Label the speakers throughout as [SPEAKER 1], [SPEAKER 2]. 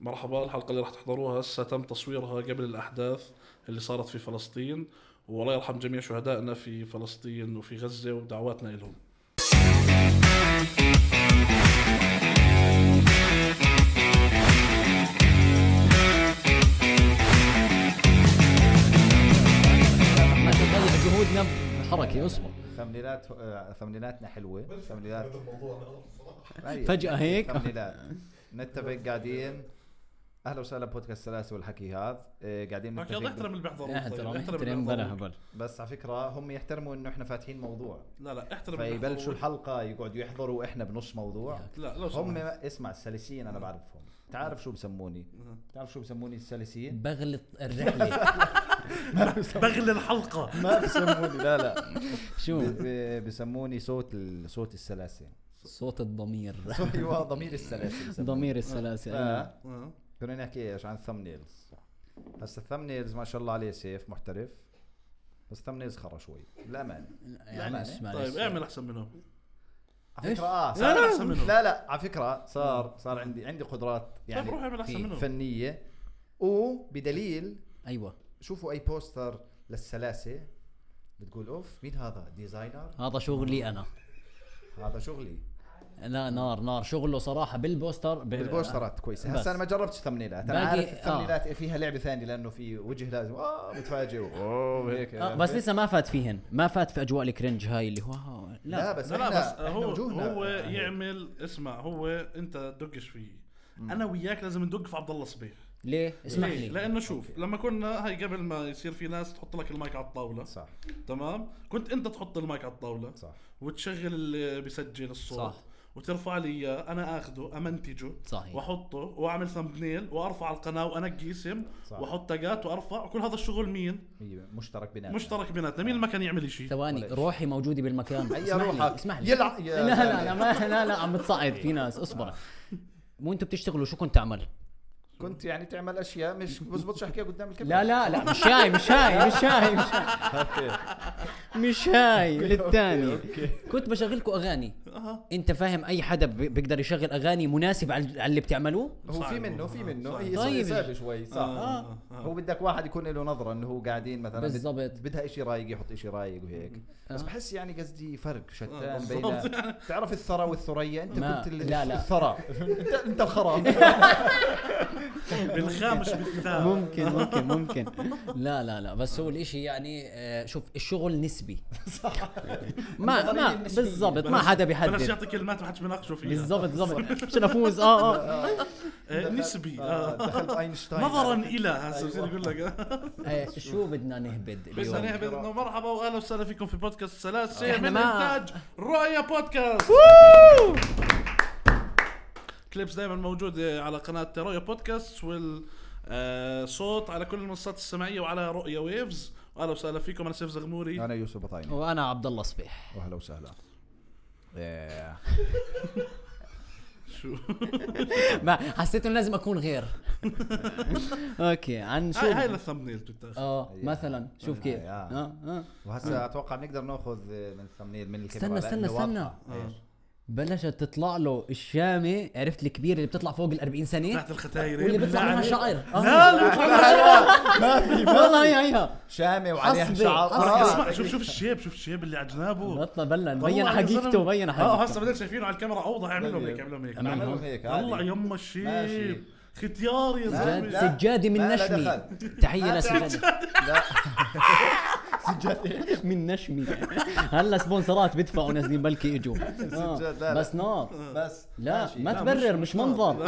[SPEAKER 1] مرحبا الحلقة اللي رح تحضروها هسه تم تصويرها قبل الأحداث اللي صارت في فلسطين والله يرحم جميع شهدائنا في فلسطين وفي غزة ودعواتنا لهم
[SPEAKER 2] ما تضيع جهودنا حركه اصبر
[SPEAKER 3] ثمنيلات آه، ثمنيلاتنا حلوه ثمنيلات أيوة.
[SPEAKER 2] فجأة هيك.
[SPEAKER 3] ثمنيلات نتفق قاعدين اهلا وسهلا ببودكاست سلاسي والحكي هذا آه، قاعدين
[SPEAKER 1] لك يلا
[SPEAKER 3] نتفق
[SPEAKER 1] احترم اللي بيحضروا
[SPEAKER 2] لا،
[SPEAKER 1] طيب،
[SPEAKER 2] احترام
[SPEAKER 1] احترم
[SPEAKER 2] احترام
[SPEAKER 1] اللي
[SPEAKER 2] بلا
[SPEAKER 1] بيحضروا.
[SPEAKER 2] هبل
[SPEAKER 3] بس على فكره هم يحترموا انه احنا فاتحين موضوع
[SPEAKER 1] لا لا احترم اللي
[SPEAKER 3] فيبلشوا
[SPEAKER 1] بيحضروا.
[SPEAKER 3] الحلقه يقعدوا يحضروا واحنا بنص موضوع
[SPEAKER 1] لا لو
[SPEAKER 3] هم
[SPEAKER 1] سمحت
[SPEAKER 3] اسمع السلسيين انا بعرفهم تعرف شو بسموني تعرف شو بسموني السلسيين
[SPEAKER 2] بغلط الرحله
[SPEAKER 1] بغل الحلقة
[SPEAKER 3] ما بسموني لا لا
[SPEAKER 2] شو
[SPEAKER 3] ب- ب- بسموني صوت ال- صوت السلاسي
[SPEAKER 2] صوت الضمير
[SPEAKER 3] ايوه ضمير السلاسي بسموني.
[SPEAKER 2] ضمير السلاسل
[SPEAKER 3] ف-
[SPEAKER 1] آه.
[SPEAKER 3] كنا نحكي ايش عن الثمنيلز هسا الثمنيلز ما شاء الله عليه سيف محترف بس الثمنيلز خرا شوي للامانه
[SPEAKER 2] يعني
[SPEAKER 3] معلش.
[SPEAKER 2] معلش.
[SPEAKER 1] طيب اعمل احسن منهم
[SPEAKER 3] على
[SPEAKER 2] إيش؟
[SPEAKER 3] فكره اه
[SPEAKER 1] لا لا
[SPEAKER 3] صار
[SPEAKER 1] احسن منهم
[SPEAKER 3] لا لا على فكره صار صار عندي عندي قدرات
[SPEAKER 1] طيب روح
[SPEAKER 3] يعني
[SPEAKER 1] اعمل احسن
[SPEAKER 2] في
[SPEAKER 1] منهم
[SPEAKER 3] فنيه وبدليل
[SPEAKER 2] ايوه
[SPEAKER 3] شوفوا اي بوستر للسلاسه بتقول اوف مين هذا ديزاينر
[SPEAKER 2] هذا شغلي انا
[SPEAKER 3] هذا شغلي
[SPEAKER 2] لا نار نار شغله صراحه بالبوستر ب-
[SPEAKER 3] بالبوسترات كويسه
[SPEAKER 2] إيه، بس.
[SPEAKER 3] هسا انا ما جربتش ثمنيلات انا
[SPEAKER 2] باقي-
[SPEAKER 3] عارف
[SPEAKER 2] آه.
[SPEAKER 3] الثمنيلات فيها لعبه ثانيه لانه في وجه لازم اه متفاجئ اوه هيك إيه.
[SPEAKER 2] آه بس لسه ما فات فيهن ما فات في اجواء الكرنج هاي اللي هو لا,
[SPEAKER 3] لا,
[SPEAKER 2] لا
[SPEAKER 3] بس
[SPEAKER 1] لا لا
[SPEAKER 3] إحنا-
[SPEAKER 1] بس
[SPEAKER 3] إحنا
[SPEAKER 1] هو
[SPEAKER 3] وجوهنا
[SPEAKER 1] هو
[SPEAKER 3] يعني
[SPEAKER 1] يعمل اسمع هو انت دقش فيه انا وياك لازم ندق في عبد الله صبيح
[SPEAKER 2] ليه اسمح
[SPEAKER 1] ليه؟
[SPEAKER 2] لي
[SPEAKER 1] لانه شوف لما كنا هاي قبل ما يصير في ناس تحط لك المايك على الطاوله
[SPEAKER 3] صح
[SPEAKER 1] تمام كنت انت تحط المايك على الطاوله
[SPEAKER 3] صح
[SPEAKER 1] وتشغل اللي بيسجل الصوت
[SPEAKER 2] صح.
[SPEAKER 1] وترفع لي اياه انا اخذه امنتجه
[SPEAKER 2] صحيح.
[SPEAKER 1] واحطه واعمل ثمبنيل وارفع القناه وانقي اسم
[SPEAKER 3] صح.
[SPEAKER 1] واحط تاجات وارفع كل هذا الشغل مين
[SPEAKER 3] مشترك بيناتنا
[SPEAKER 1] مشترك بيناتنا مين اللي ما كان يعمل شيء
[SPEAKER 2] ثواني
[SPEAKER 3] ولا شيء.
[SPEAKER 2] روحي موجوده بالمكان
[SPEAKER 3] هيا
[SPEAKER 2] اسمح لي
[SPEAKER 3] روحك.
[SPEAKER 2] اسمح لي
[SPEAKER 3] يلع- يا
[SPEAKER 2] لا لا
[SPEAKER 3] زلمة.
[SPEAKER 2] لا ما لا لا عم بتصعد في ناس اصبر مو انتم بتشتغلوا شو كنت تعمل؟
[SPEAKER 3] كنت يعني تعمل اشياء مش بزبطش احكيها قدام الكاميرا
[SPEAKER 2] لا لا لا مش هاي مش هاي مش هاي مش هاي
[SPEAKER 3] لا
[SPEAKER 2] مش هاي للثانية
[SPEAKER 3] أوكي،
[SPEAKER 2] كنت بشغلكم اغاني
[SPEAKER 1] اها
[SPEAKER 2] انت فاهم اي حدا ب- بيقدر يشغل اغاني مناسبة على على اللي بتعملوه
[SPEAKER 3] هو
[SPEAKER 1] صعب
[SPEAKER 3] في منه في
[SPEAKER 1] والله.
[SPEAKER 3] منه
[SPEAKER 1] صعب.
[SPEAKER 3] هي
[SPEAKER 2] طيب.
[SPEAKER 3] طيب صعبه شوي صح
[SPEAKER 1] آه.
[SPEAKER 3] آه.
[SPEAKER 2] اه
[SPEAKER 3] هو بدك واحد يكون له نظره انه هو قاعدين مثلا بد-
[SPEAKER 2] بالضبط.
[SPEAKER 3] بدها شيء رايق يحط شيء رايق وهيك بس
[SPEAKER 2] آه.
[SPEAKER 3] بحس يعني قصدي فرق
[SPEAKER 1] آه،
[SPEAKER 3] شتان بين
[SPEAKER 1] بالضبط.
[SPEAKER 3] تعرف الثرى والثريا انت
[SPEAKER 2] ما-
[SPEAKER 3] كنت ال-
[SPEAKER 2] لا، لا.
[SPEAKER 3] الثرى انت انت الخرا
[SPEAKER 1] بالخامش بالثامن
[SPEAKER 2] ممكن ممكن ممكن لا لا لا بس هو الاشي يعني آه، شوف الشغل نسبي ما ما
[SPEAKER 3] النظرية النسبية.
[SPEAKER 2] بالضبط ما حدا
[SPEAKER 1] بلاش
[SPEAKER 2] بيحدد
[SPEAKER 1] يعطي كلمات ما حدش بيناقشه فيها
[SPEAKER 2] بالضبط بالضبط عشان افوز اه اه
[SPEAKER 1] آه، نسبي
[SPEAKER 3] آه،
[SPEAKER 1] آه.
[SPEAKER 3] دخلت
[SPEAKER 2] طيب.
[SPEAKER 3] اينشتاين
[SPEAKER 1] نظرا الى هسه بصير يقول لك
[SPEAKER 2] آه، شو بدنا نهبد
[SPEAKER 1] بس
[SPEAKER 2] اليوم
[SPEAKER 1] انا اهبد انه مرحبا واهلا وسهلا فيكم في بودكاست سلاسه
[SPEAKER 2] إحنا
[SPEAKER 1] من
[SPEAKER 2] ما-
[SPEAKER 1] انتاج رؤيا بودكاست كليبس دائما موجوده على قناه رؤيا بودكاست وال آه، صوت على كل المنصات السمعيه وعلى رؤيا ويفز واهلا وسهلا فيكم انا سيف زغموري
[SPEAKER 3] انا يوسف بطايني
[SPEAKER 2] وانا عبد الله صبيح
[SPEAKER 3] واهلا وسهلا إيه.
[SPEAKER 1] شو
[SPEAKER 2] ما حسيت انه لازم اكون غير اوكي عن شو
[SPEAKER 1] هاي هاي للثمبنيل بتتاخذ
[SPEAKER 2] اه مثلا شوف كيف
[SPEAKER 3] آه.
[SPEAKER 2] اه اه
[SPEAKER 3] وهسا اتوقع بنقدر ناخذ من الثمنيل من
[SPEAKER 2] استنى
[SPEAKER 3] الكاميرا
[SPEAKER 2] استنى
[SPEAKER 3] لأنه
[SPEAKER 2] استنى
[SPEAKER 3] واضحة.
[SPEAKER 2] بلشت تطلع له الشامه عرفت الكبير اللي بتطلع فوق ال 40 سنه
[SPEAKER 1] تحت الختاير
[SPEAKER 2] واللي
[SPEAKER 1] بالله
[SPEAKER 2] بيطلع منها
[SPEAKER 1] عليك.
[SPEAKER 2] شعر آه.
[SPEAKER 1] لا لا
[SPEAKER 2] والله يعني هي هيها
[SPEAKER 3] شامه وعليها
[SPEAKER 2] حصبة،
[SPEAKER 3] شعر
[SPEAKER 2] حصبة.
[SPEAKER 3] آه.
[SPEAKER 1] اسمع شوف شوف الشيب شوف الشيب اللي على جنابه
[SPEAKER 2] بطل بلا
[SPEAKER 1] والله
[SPEAKER 2] مبين
[SPEAKER 1] يا
[SPEAKER 2] حقيقته
[SPEAKER 1] زلمة.
[SPEAKER 2] مبين
[SPEAKER 1] اه
[SPEAKER 2] حقيقته
[SPEAKER 1] هسه بدل شايفينه على الكاميرا اوضح اعمل لهم هيك اعمل لهم هيك
[SPEAKER 3] اعمل طيب. لهم هيك عادي.
[SPEAKER 1] طلع يما
[SPEAKER 3] ماشي.
[SPEAKER 1] الشيب ختيار يا
[SPEAKER 2] سجاد
[SPEAKER 3] لا،
[SPEAKER 1] زلمه
[SPEAKER 3] لا.
[SPEAKER 2] سجادي من
[SPEAKER 3] لا، لا
[SPEAKER 2] نشمي
[SPEAKER 3] دخل.
[SPEAKER 2] تحيه
[SPEAKER 3] لا
[SPEAKER 2] لسجادي
[SPEAKER 3] لا سجاد
[SPEAKER 2] من نشمي هلا سبونسرات بدفعوا نازلين بلكي اجوا آه.
[SPEAKER 3] سجاد، لا، لا.
[SPEAKER 2] بس نار
[SPEAKER 3] بس
[SPEAKER 2] لا
[SPEAKER 3] ماشي.
[SPEAKER 2] ما
[SPEAKER 1] لا،
[SPEAKER 2] تبرر
[SPEAKER 1] مش-
[SPEAKER 2] مش منظر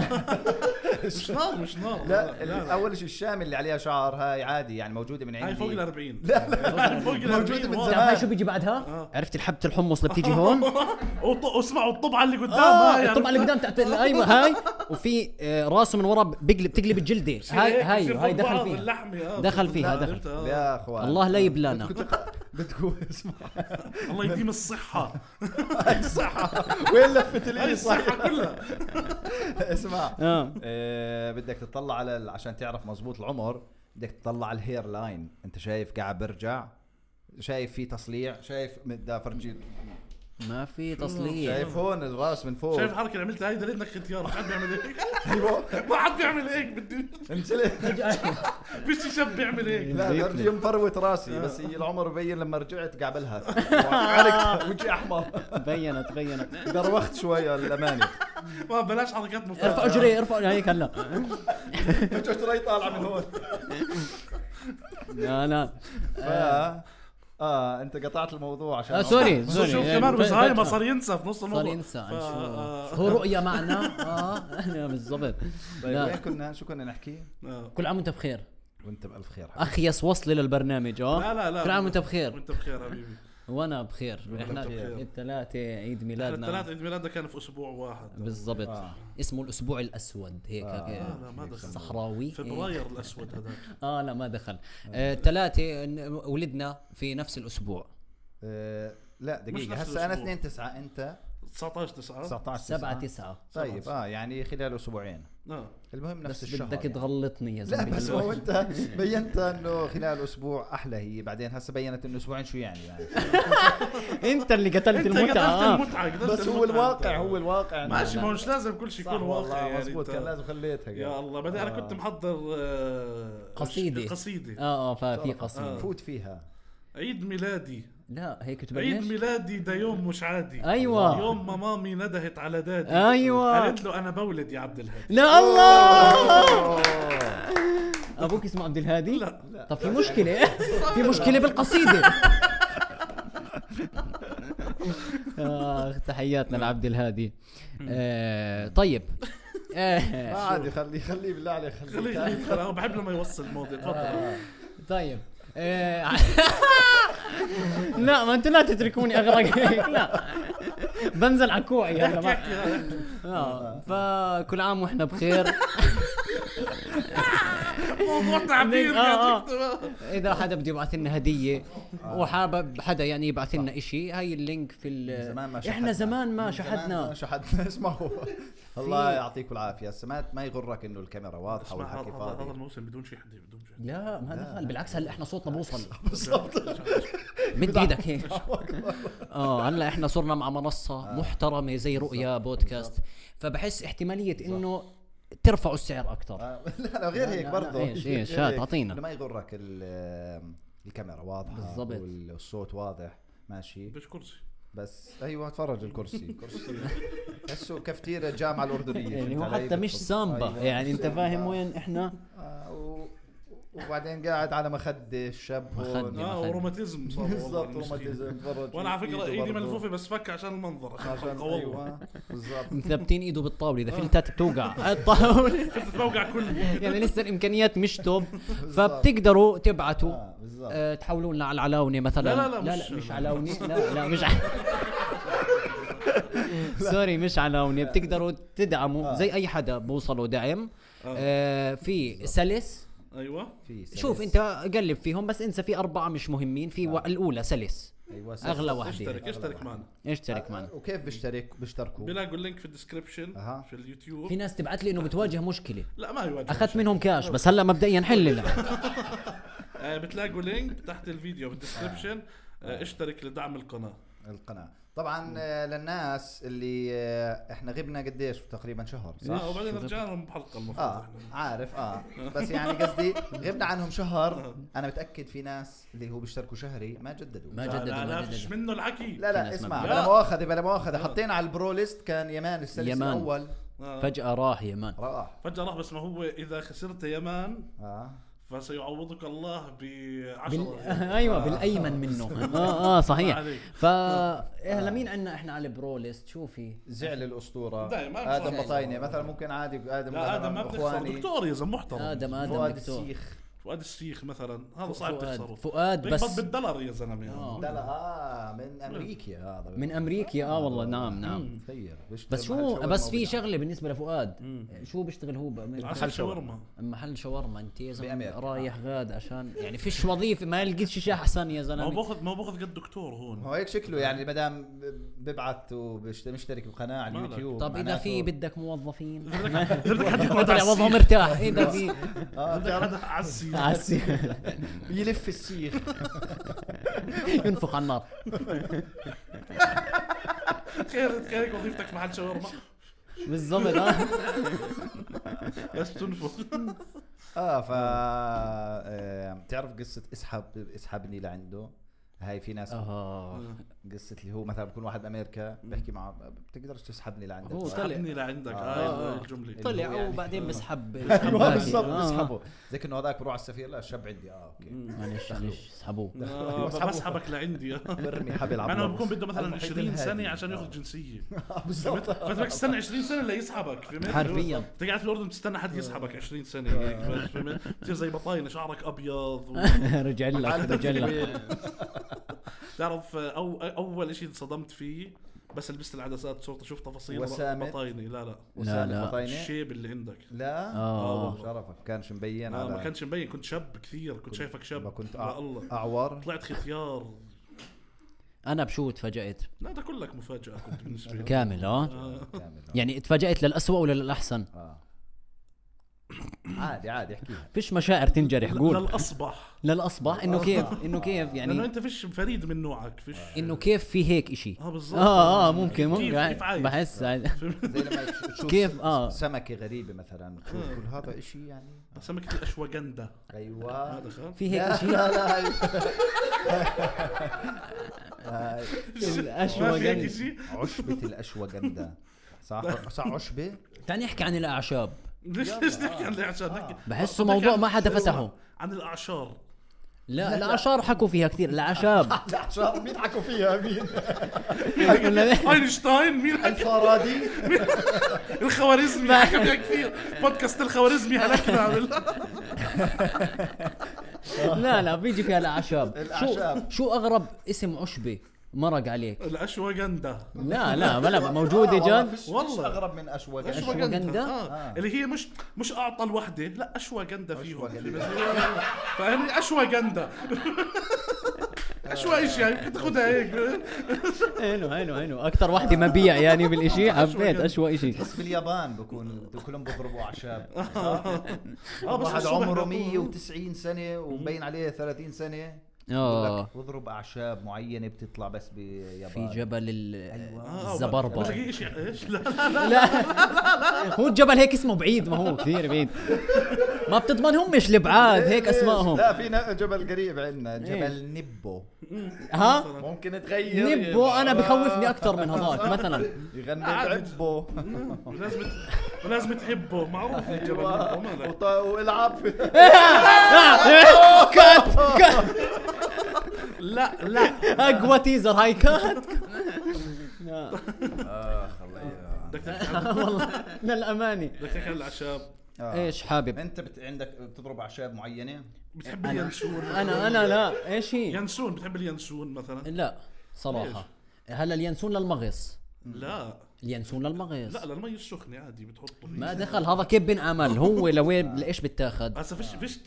[SPEAKER 1] مش نار مش نار
[SPEAKER 3] لا ال- اول شيء الشامه اللي عليها شعر هاي عادي يعني موجوده من عندي
[SPEAKER 1] هاي فوق ال 40
[SPEAKER 3] لا لا
[SPEAKER 1] هاي فوق ال 40
[SPEAKER 3] موجودة من
[SPEAKER 1] واضح.
[SPEAKER 2] تعرف هاي شو بيجي بعدها عرفت الحبه الحمص اللي بتيجي هون
[SPEAKER 1] وط- واسمعوا الطبعه اللي قدام
[SPEAKER 3] آه،
[SPEAKER 1] هاي
[SPEAKER 2] اه
[SPEAKER 1] عرفت؟
[SPEAKER 2] الطبعه اللي قدام تحت ال- ايوه هاي وفي آه، راسه من ورا بقلب تقلب الجلده
[SPEAKER 1] بصير
[SPEAKER 2] هاي
[SPEAKER 1] هيك،
[SPEAKER 2] هاي
[SPEAKER 1] بصير
[SPEAKER 2] هاي
[SPEAKER 1] فوق
[SPEAKER 2] دخل
[SPEAKER 1] بعض
[SPEAKER 2] فيها
[SPEAKER 1] اللحمة، آه.
[SPEAKER 2] دخل فيها،
[SPEAKER 1] لا،
[SPEAKER 2] دخل.
[SPEAKER 1] عرفت، آه.
[SPEAKER 3] يا اخوان
[SPEAKER 2] الله لا يبلانا
[SPEAKER 3] بتكون- بتكون اسمع
[SPEAKER 1] الله يديم الصحه الصحه
[SPEAKER 3] وين لفت
[SPEAKER 1] هاي
[SPEAKER 3] الايد صح
[SPEAKER 1] الصحه كلها
[SPEAKER 3] اسمع
[SPEAKER 2] اه
[SPEAKER 3] آه، بدك تطلع على ال- عشان تعرف مزبوط العمر بدك تطلع على الهير لاين انت شايف قاعد برجع شايف في تصليع شايف مدى فرجي
[SPEAKER 2] ما في تصليح
[SPEAKER 3] شايف هون الراس من فوق
[SPEAKER 1] شايف الحركه اللي عملتها هاي دليل انك اختيار ما حد بيعمل هيك
[SPEAKER 3] ايوه
[SPEAKER 1] ما حد بيعمل هيك بدي
[SPEAKER 3] انزلق
[SPEAKER 1] فيش شاب بيعمل هيك
[SPEAKER 3] لا
[SPEAKER 2] نزيفني.
[SPEAKER 3] برجي مفروت راسي بس يجي العمر بين لما رجعت قعبلها عرقت وجهي احمر
[SPEAKER 4] بينت بينت
[SPEAKER 3] دروخت شويه للامانه
[SPEAKER 1] ما بلاش حركات
[SPEAKER 2] ارفع
[SPEAKER 1] مفاجئه
[SPEAKER 2] اجري ارفع هيك هلا
[SPEAKER 3] فجاه شراي طالعه من هون
[SPEAKER 2] لا آه، لا
[SPEAKER 3] ف اه انت قطعت الموضوع عشان
[SPEAKER 2] آه، سوري
[SPEAKER 1] شوف
[SPEAKER 2] سوري
[SPEAKER 1] شوف
[SPEAKER 2] يعني
[SPEAKER 1] كمان بس هاي ما
[SPEAKER 2] فجأة.
[SPEAKER 1] صار ينسى في نص الموضوع
[SPEAKER 2] صار ينسى عن
[SPEAKER 1] ف-
[SPEAKER 2] شو
[SPEAKER 1] آه،
[SPEAKER 2] هو رؤيا معنا اه بالضبط
[SPEAKER 3] طيب وين
[SPEAKER 2] لا
[SPEAKER 3] كنا شو كنا نحكي؟
[SPEAKER 1] آه.
[SPEAKER 2] كل عام وانت بخير
[SPEAKER 3] وانت بالف خير حبيبي
[SPEAKER 2] اخيس وصلة للبرنامج اه
[SPEAKER 1] لا لا لا
[SPEAKER 2] كل عام وانت بخير
[SPEAKER 1] وانت بخير حبيبي
[SPEAKER 2] وانا بخير احنا
[SPEAKER 3] بخير.
[SPEAKER 2] الثلاثة عيد
[SPEAKER 1] الثلاث
[SPEAKER 2] ميلادنا
[SPEAKER 1] عيد ميلادنا كان في اسبوع واحد
[SPEAKER 2] بالضبط
[SPEAKER 3] آه.
[SPEAKER 2] اسمه الاسبوع الاسود هيك
[SPEAKER 3] آه.
[SPEAKER 2] هيك.
[SPEAKER 1] لا لا ما دخل
[SPEAKER 2] صحراوي
[SPEAKER 1] فبراير الاسود هذاك
[SPEAKER 2] اه لا ما دخل
[SPEAKER 3] آه.
[SPEAKER 2] آه، ثلاثة ولدنا في نفس الاسبوع
[SPEAKER 3] آه، لا
[SPEAKER 1] مش
[SPEAKER 3] دقيقة
[SPEAKER 1] نفس
[SPEAKER 3] هسا انا
[SPEAKER 1] الأسبوع. أه.
[SPEAKER 3] 2 9 انت
[SPEAKER 1] 19 9
[SPEAKER 3] 19
[SPEAKER 2] سبعة
[SPEAKER 3] 9
[SPEAKER 2] تسعة
[SPEAKER 3] طيب اه يعني خلال اسبوعين
[SPEAKER 1] اه
[SPEAKER 3] المهم نفس
[SPEAKER 2] بس
[SPEAKER 3] الشهر
[SPEAKER 2] بدك
[SPEAKER 3] يعني.
[SPEAKER 2] تغلطني يا
[SPEAKER 3] لا
[SPEAKER 2] زلمة
[SPEAKER 3] بس هو انت بينت انه خلال اسبوع احلى هي بعدين هسه بينت انه اسبوعين شو يعني, يعني.
[SPEAKER 4] انت اللي قتلت
[SPEAKER 1] انت
[SPEAKER 4] المتعه
[SPEAKER 1] قدرت
[SPEAKER 4] آه.
[SPEAKER 1] المتعه قدرت
[SPEAKER 3] بس هو
[SPEAKER 1] المتعة.
[SPEAKER 3] الواقع هو الواقع إنه-
[SPEAKER 1] ماشي يعني. ما هوش لازم كل شيء
[SPEAKER 3] صح
[SPEAKER 1] يكون واقع
[SPEAKER 3] والله
[SPEAKER 1] يعني
[SPEAKER 3] مضبوط
[SPEAKER 1] أنت-
[SPEAKER 3] كان لازم خليتها
[SPEAKER 1] يا
[SPEAKER 3] قبل.
[SPEAKER 1] الله بعدين انا كنت محضر آه،
[SPEAKER 2] قصيدة.
[SPEAKER 1] قصيدة
[SPEAKER 2] اه اه
[SPEAKER 3] آه.
[SPEAKER 2] ففي قصيدة
[SPEAKER 3] فوت فيها
[SPEAKER 1] عيد ميلادي
[SPEAKER 2] لا هيك
[SPEAKER 1] عيد
[SPEAKER 2] تبلش
[SPEAKER 1] ميلادي ده يوم مش عادي
[SPEAKER 2] أيوة.
[SPEAKER 1] يوم ما مامي ندهت على دادي
[SPEAKER 2] أيوة.
[SPEAKER 1] قالت له انا بولد يا عبد الهادي
[SPEAKER 2] لا الله
[SPEAKER 3] آه. أوه.
[SPEAKER 2] ابوك اسمه عبد الهادي
[SPEAKER 1] لا
[SPEAKER 2] طب في مشكلة في مشكلة بالقصيدة آه تحياتنا لعبد الهادي آه طيب
[SPEAKER 3] ما
[SPEAKER 2] آه
[SPEAKER 3] عادي خليه خليه بالله عليك
[SPEAKER 1] خليه
[SPEAKER 3] خليه
[SPEAKER 1] يدخل انا بحب لما يوصل الموضوع تفضل
[SPEAKER 2] طيب آه لا ما انتوا لا تتركوني اغرق هيك لا بنزل على كوعي هلا
[SPEAKER 1] احكي
[SPEAKER 2] ما-
[SPEAKER 1] احكي احكي.
[SPEAKER 2] آه، فكل عام واحنا بخير
[SPEAKER 1] موضوع تعبير يا
[SPEAKER 2] آه،
[SPEAKER 1] دكتور.
[SPEAKER 2] اذا حدا بده يبعث لنا هديه وحابب حدا يعني يبعث لنا شيء هاي اللينك في ال
[SPEAKER 3] زمان ما
[SPEAKER 2] احنا
[SPEAKER 3] شحدنا.
[SPEAKER 2] زمان ما
[SPEAKER 3] من زمان
[SPEAKER 2] شحدنا
[SPEAKER 3] ما شحدنا اسمعوا الله يعطيكم العافيه هسه ما ما يغرك انه الكاميرا واضحه
[SPEAKER 1] اسمع، هذا
[SPEAKER 3] والحكي
[SPEAKER 1] هذا- هذا
[SPEAKER 3] فاضي
[SPEAKER 1] الموسم بدون شحده بدون شحده
[SPEAKER 2] لا ما دخل بالعكس هلا احنا صوتنا بوصل
[SPEAKER 3] بالضبط
[SPEAKER 2] مد ايدك هيك اه هلا احنا صرنا مع منصه محترمه زي رؤيا بودكاست فبحس احتماليه انه ترفعوا السعر اكثر
[SPEAKER 3] آه، لا لا غير هيك
[SPEAKER 2] لا، لا،
[SPEAKER 3] برضه
[SPEAKER 2] إيش- إيش،
[SPEAKER 3] غير
[SPEAKER 2] هات،
[SPEAKER 3] هيك.
[SPEAKER 2] أعطينا.
[SPEAKER 3] إنه ما يغرك ال- الكاميرا واضحه
[SPEAKER 2] بالضبط.
[SPEAKER 3] والصوت واضح ماشي
[SPEAKER 1] مش كرسي
[SPEAKER 3] بس ايوه تفرج الكرسي كرسي تحسه كافتيريا الجامعه الاردنيه
[SPEAKER 2] يعني هو
[SPEAKER 3] فهمت علي؟
[SPEAKER 2] حتى مش
[SPEAKER 3] بالضبط.
[SPEAKER 2] سامبا
[SPEAKER 3] أيوة.
[SPEAKER 2] يعني انت فاهم وين احنا
[SPEAKER 3] آه، و- وبعدين قاعد على مخده الشاب
[SPEAKER 2] مخدة.
[SPEAKER 1] اه
[SPEAKER 2] مخدة.
[SPEAKER 1] وروماتيزم صار والله
[SPEAKER 3] بالضبط
[SPEAKER 1] المسكين.
[SPEAKER 3] روماتيزم تفرج
[SPEAKER 1] وانا على
[SPEAKER 3] إيده
[SPEAKER 1] فكره
[SPEAKER 3] برضه.
[SPEAKER 1] ايدي ملفوفه بس فك عشان المنظر
[SPEAKER 3] عشان
[SPEAKER 1] والله.
[SPEAKER 3] ايوه بالضبط
[SPEAKER 2] مثبتين ايده بالطاوله اذا فلتات بتوقع على الطاوله
[SPEAKER 1] كنت بوقع كله
[SPEAKER 3] أيوة.
[SPEAKER 2] يعني لسه الامكانيات مش توب فبتقدروا تبعتوا
[SPEAKER 3] آه، بالضبط
[SPEAKER 2] آه، تحولوا لنا على العلاوني مثلا
[SPEAKER 1] لا، لا، لا،
[SPEAKER 2] لا,
[SPEAKER 1] مش-
[SPEAKER 2] لا مش علاوني لا لا مش ع- سوري مش علاوني بتقدروا
[SPEAKER 1] آه.
[SPEAKER 2] تدعموا زي اي حدا بوصلوا دعم آه، في سلس
[SPEAKER 1] ايوه
[SPEAKER 3] في سلس.
[SPEAKER 2] شوف انت قلب فيهم بس انسى في اربعه مش مهمين في
[SPEAKER 1] آه.
[SPEAKER 2] و- الاولى سلس
[SPEAKER 3] ايوه سلس.
[SPEAKER 2] اغلى واحده
[SPEAKER 1] اشترك اشترك معنا
[SPEAKER 2] اشترك معنا
[SPEAKER 3] آه، وكيف بيشترك بيشتركوا
[SPEAKER 1] بلاقوا اللينك في الديسكربشن
[SPEAKER 3] أها.
[SPEAKER 1] في اليوتيوب
[SPEAKER 2] في ناس تبعت لي انه بتواجه مشكله
[SPEAKER 1] لا ما يواجه
[SPEAKER 2] اخذت منهم كاش بس هلا مبدئيا حل لها
[SPEAKER 1] آه بتلاقوا لينك تحت الفيديو بالديسكربشن آه اشترك لدعم القناه
[SPEAKER 3] القناه طبعا آه، للناس اللي آه، احنا غبنا قديش تقريبا شهر
[SPEAKER 1] لا
[SPEAKER 3] صح
[SPEAKER 1] وبعدين رجعنا لهم بحلقه المفروض يعني
[SPEAKER 3] اه
[SPEAKER 1] احنا
[SPEAKER 3] عارف اه بس يعني قصدي غبنا عنهم شهر انا متاكد في ناس اللي هو بيشتركوا شهري ما جددوا
[SPEAKER 2] ما
[SPEAKER 1] لا
[SPEAKER 2] جددوا
[SPEAKER 1] لا
[SPEAKER 2] ما
[SPEAKER 1] لا فيش
[SPEAKER 2] جددوا
[SPEAKER 1] منه الحكي
[SPEAKER 3] لا
[SPEAKER 2] في
[SPEAKER 3] لا
[SPEAKER 2] ناس ما
[SPEAKER 3] اسمع
[SPEAKER 1] بتعرف.
[SPEAKER 3] بلا مؤاخذه بلا مؤاخذه
[SPEAKER 1] آه.
[SPEAKER 3] حطينا على البرو ليست كان يمان السلسله
[SPEAKER 2] يمان.
[SPEAKER 3] الاول
[SPEAKER 1] آه.
[SPEAKER 2] فجاه راح يا مان
[SPEAKER 3] راح
[SPEAKER 1] فجاه راح بس ما هو اذا خسرت يا مان
[SPEAKER 3] اه
[SPEAKER 1] فسيعوضك الله ب 10
[SPEAKER 2] بال... ايوه بالايمن منه اه اه صحيح
[SPEAKER 1] آه. عليك.
[SPEAKER 2] ف إيه، هلا مين عندنا احنا على البرو ليست شوفي
[SPEAKER 3] زعل الاسطوره
[SPEAKER 1] دايم، ما
[SPEAKER 3] ادم
[SPEAKER 1] بصير.
[SPEAKER 3] بطاينه مثلا ممكن عادي ادم
[SPEAKER 1] لا ادم ما بتخسر
[SPEAKER 3] اخواني
[SPEAKER 1] دكتور يا زلمه محترم
[SPEAKER 2] ادم ادم
[SPEAKER 3] فؤاد
[SPEAKER 2] دكتور
[SPEAKER 3] السيخ
[SPEAKER 1] فؤاد الشيخ مثلا هذا صعب
[SPEAKER 2] فؤاد
[SPEAKER 1] تخسره طيب،
[SPEAKER 2] فؤاد
[SPEAKER 1] بس
[SPEAKER 2] بس
[SPEAKER 1] بالدولار يا زلمه
[SPEAKER 2] آه.
[SPEAKER 3] لا لا اه من امريكا هذا آه،
[SPEAKER 2] من امريكا اه والله نعم نعم
[SPEAKER 3] تخيل بيشتغل
[SPEAKER 2] بس
[SPEAKER 3] محل
[SPEAKER 2] شو
[SPEAKER 3] شاورما
[SPEAKER 2] بس في
[SPEAKER 3] وبيع.
[SPEAKER 2] شغله بالنسبه لفؤاد شو بيشتغل هو بأمريكا؟
[SPEAKER 1] عسل شاورما آه.
[SPEAKER 2] محل شاورما انت يا زلمه
[SPEAKER 3] بأمريكا.
[SPEAKER 2] رايح غاد عشان يعني فيش وظيفه ما لقيت شيء احسن يا
[SPEAKER 1] ما هو
[SPEAKER 2] زلمه
[SPEAKER 1] باخذ ما هو باخذ قد دكتور هون
[SPEAKER 3] هو هيك شكله يعني ما دام ببعث ومشترك بقناه على
[SPEAKER 1] مالك.
[SPEAKER 3] اليوتيوب
[SPEAKER 2] طب اذا
[SPEAKER 3] معناته-
[SPEAKER 2] في بدك موظفين
[SPEAKER 1] غير بدك حد يقعد على
[SPEAKER 2] طلع وضعه
[SPEAKER 1] السيخ
[SPEAKER 2] مرتاح اذا في
[SPEAKER 3] اه
[SPEAKER 1] بدك
[SPEAKER 3] بتعرف
[SPEAKER 1] حدا على السيخ
[SPEAKER 2] عسي-
[SPEAKER 3] يلف السيخ
[SPEAKER 2] ينفخ على النار
[SPEAKER 1] خير خيرك وظيفتك في محل شاورما
[SPEAKER 4] بالضبط
[SPEAKER 2] آه.
[SPEAKER 4] اه
[SPEAKER 1] بس تنفخ
[SPEAKER 3] اه ف آه، بتعرف قصه اسحب اسحبني لعنده هاي في ناس آه.
[SPEAKER 2] اه
[SPEAKER 3] قصه اللي هو مثلا بكون واحد امريكا بيحكي معه بتقدرش تسحبني لعندك
[SPEAKER 2] هو طلع.
[SPEAKER 1] سحبني لعندك
[SPEAKER 3] آه.
[SPEAKER 1] هاي الجمله
[SPEAKER 2] طلع
[SPEAKER 3] اللي هو يعني-
[SPEAKER 2] وبعدين بسحب
[SPEAKER 3] ايوه
[SPEAKER 2] باقي.
[SPEAKER 3] بالضبط
[SPEAKER 2] آه.
[SPEAKER 3] اسحبه زي انه هذاك بروح على السفير لا الشاب عندي اه اوكي
[SPEAKER 2] معلش معلش سحبوه
[SPEAKER 1] آه،
[SPEAKER 3] بسحبه.
[SPEAKER 1] بسحبك لعندي
[SPEAKER 3] برمي حبل
[SPEAKER 1] مع
[SPEAKER 3] عبد
[SPEAKER 1] انه
[SPEAKER 3] الله
[SPEAKER 1] بكون بده مثلا
[SPEAKER 3] المحيط
[SPEAKER 1] 20
[SPEAKER 3] الهادي.
[SPEAKER 1] سنه عشان
[SPEAKER 3] آه.
[SPEAKER 1] ياخذ جنسيه
[SPEAKER 3] آه، بالضبط
[SPEAKER 1] فانت بدك تستنى 20 سنه ليسحبك فهمت؟
[SPEAKER 2] حرفياً.
[SPEAKER 1] انت قاعد في الاردن بتستنى حد يسحبك 20 سنه هيك
[SPEAKER 3] آه.
[SPEAKER 1] بس، فهمت؟ بتصير زي بطاينه شعرك ابيض و...
[SPEAKER 4] رجع لك رجع
[SPEAKER 3] يعني.
[SPEAKER 4] لك
[SPEAKER 1] تعرف آه، أو اول شيء انصدمت فيه بس لبست العدسات صرت اشوف تفاصيل
[SPEAKER 3] وسامة.
[SPEAKER 1] بطاينه لا لا
[SPEAKER 3] وسام
[SPEAKER 2] لا.
[SPEAKER 3] الفطينة.
[SPEAKER 1] الشيب اللي عندك
[SPEAKER 3] لا
[SPEAKER 2] آه.
[SPEAKER 3] شرفك كانش مبين
[SPEAKER 1] آه
[SPEAKER 3] على
[SPEAKER 1] ما كانش مبين كنت شاب كثير كنت شايفك شاب
[SPEAKER 3] ما كنت آه.
[SPEAKER 1] لا الله
[SPEAKER 3] أع- اعور
[SPEAKER 1] طلعت ختيار
[SPEAKER 2] انا بشو تفاجات
[SPEAKER 1] لا ده كلك مفاجاه كنت بالنسبه لي
[SPEAKER 2] كامل اه
[SPEAKER 3] آه. كامل.
[SPEAKER 2] يعني تفاجات للأسوأ ولا للاحسن
[SPEAKER 3] اه عادي عادي احكيها
[SPEAKER 2] فيش مشاعر تنجرح قول
[SPEAKER 1] للاصبح
[SPEAKER 2] للاصبح انه كيف انه كيف
[SPEAKER 1] لانه
[SPEAKER 2] يعني آه.
[SPEAKER 1] انت فيش فريد من نوعك فيش
[SPEAKER 2] انه كيف في هيك اشي
[SPEAKER 1] اه بالظبط
[SPEAKER 2] اه اه ممكن
[SPEAKER 1] كيف-
[SPEAKER 2] ممكن
[SPEAKER 1] كيف عايش؟
[SPEAKER 2] بحس عايز-
[SPEAKER 3] زي لما تشوف
[SPEAKER 2] كيف؟ آه.
[SPEAKER 3] سمكه غريبه مثلا تشوف تقول هذا اشي يعني
[SPEAKER 1] سمكه الاشواجندا
[SPEAKER 3] ايوه
[SPEAKER 1] هذا خير
[SPEAKER 2] آه. في هيك
[SPEAKER 3] لا
[SPEAKER 2] اشي
[SPEAKER 3] لا لا
[SPEAKER 1] ما في
[SPEAKER 2] الاشواجندا
[SPEAKER 1] شيء
[SPEAKER 3] عشبه الاشواجندا صح صح عشبه
[SPEAKER 2] تعال نحكي عن الاعشاب
[SPEAKER 1] ليش ليش نحكي عن الاعشاب نحكي
[SPEAKER 2] آه. بحسه
[SPEAKER 1] بدك
[SPEAKER 2] موضوع
[SPEAKER 1] عن-
[SPEAKER 2] ما حدا فتحه
[SPEAKER 1] عن الاعشار
[SPEAKER 2] لا الاعشار حكوا فيها كثير الاعشاب
[SPEAKER 3] الاعشاب بيضحكوا فيها مين
[SPEAKER 2] ولا-
[SPEAKER 1] اينشتاين مين حكى
[SPEAKER 3] الفارادي
[SPEAKER 1] الخوارزمي حكى فيها كثير بودكاست الخوارزمي هلكنا بال-
[SPEAKER 2] لا لا بيجي فيها الاعشاب شو
[SPEAKER 3] الأعشاب.
[SPEAKER 2] شو اغرب اسم عشبه مرق عليك
[SPEAKER 1] الاشواجندا
[SPEAKER 2] لا لا ولا موجوده جد
[SPEAKER 1] والله.
[SPEAKER 3] آه، والله اغرب من اشواجندا
[SPEAKER 1] اشواجندا
[SPEAKER 2] أشواجندا؟
[SPEAKER 1] آه. اللي هي مش مش اعطى وحده لا اشواجندا فيهم
[SPEAKER 3] أشواجندا.
[SPEAKER 1] فاهمني اشواجندا اشوا ايش يعني كنت تاخذها هيك
[SPEAKER 2] حلو حلو حلو اكثر وحده مبيع يعني بالاشي حبيت اشوى اشي
[SPEAKER 3] بس باليابان بكون كلهم بيضربوا اعشاب
[SPEAKER 1] اه بس
[SPEAKER 3] واحد
[SPEAKER 1] الصبح
[SPEAKER 3] عمره
[SPEAKER 1] بكون-
[SPEAKER 3] 190 سنه ومبين عليه 30 سنه بقول
[SPEAKER 2] اه
[SPEAKER 3] لك اضرب اعشاب معينه بتطلع بس
[SPEAKER 2] في
[SPEAKER 3] بيابان
[SPEAKER 2] جبل ال-
[SPEAKER 1] آه،
[SPEAKER 2] الزبربة
[SPEAKER 1] بتلاقيه ايش يعني- ايش لا
[SPEAKER 2] هو الجبل هيك اسمه بعيد ما هو كثير بعيد ما بتضمنهم مش الابعاد آه، هيك
[SPEAKER 1] إيه،
[SPEAKER 2] إيه. اسمائهم
[SPEAKER 3] إيه، لا في نا- جبل قريب عندنا جبل نبو
[SPEAKER 2] ها
[SPEAKER 3] ممكن تغير
[SPEAKER 2] آه. نبو انا بخوفني آه، اكثر من هذاك مثلا
[SPEAKER 3] يغني
[SPEAKER 1] عادي.
[SPEAKER 3] بعبو
[SPEAKER 1] لازم ت- لازم تحبه معروف
[SPEAKER 2] أيوة.
[SPEAKER 1] الجبل مالك.
[SPEAKER 3] وط- والعب في-
[SPEAKER 2] كات كات
[SPEAKER 1] لا لا
[SPEAKER 2] اقوى تيزر هاي كات
[SPEAKER 3] آه،
[SPEAKER 1] بدك تحكي عن-
[SPEAKER 2] للامانه
[SPEAKER 1] بدك تحكي عن العشاب
[SPEAKER 3] آه.
[SPEAKER 2] ايش حابب
[SPEAKER 3] انت بت... عندك بتضرب اعشاب معينه
[SPEAKER 1] بتحب اليانسون
[SPEAKER 2] انا انا لا ايش هي
[SPEAKER 1] ينسون بتحب اليانسون مثلا
[SPEAKER 2] لا صراحه هلا اليانسون للمغص
[SPEAKER 1] لا
[SPEAKER 2] اليانسون للمغص
[SPEAKER 1] لا للمي السخنه عادي بتحطه فيه
[SPEAKER 2] ما دخل هذا كيف بنعمل هو لوين لايش بتاخذ
[SPEAKER 1] هسا فيش فيش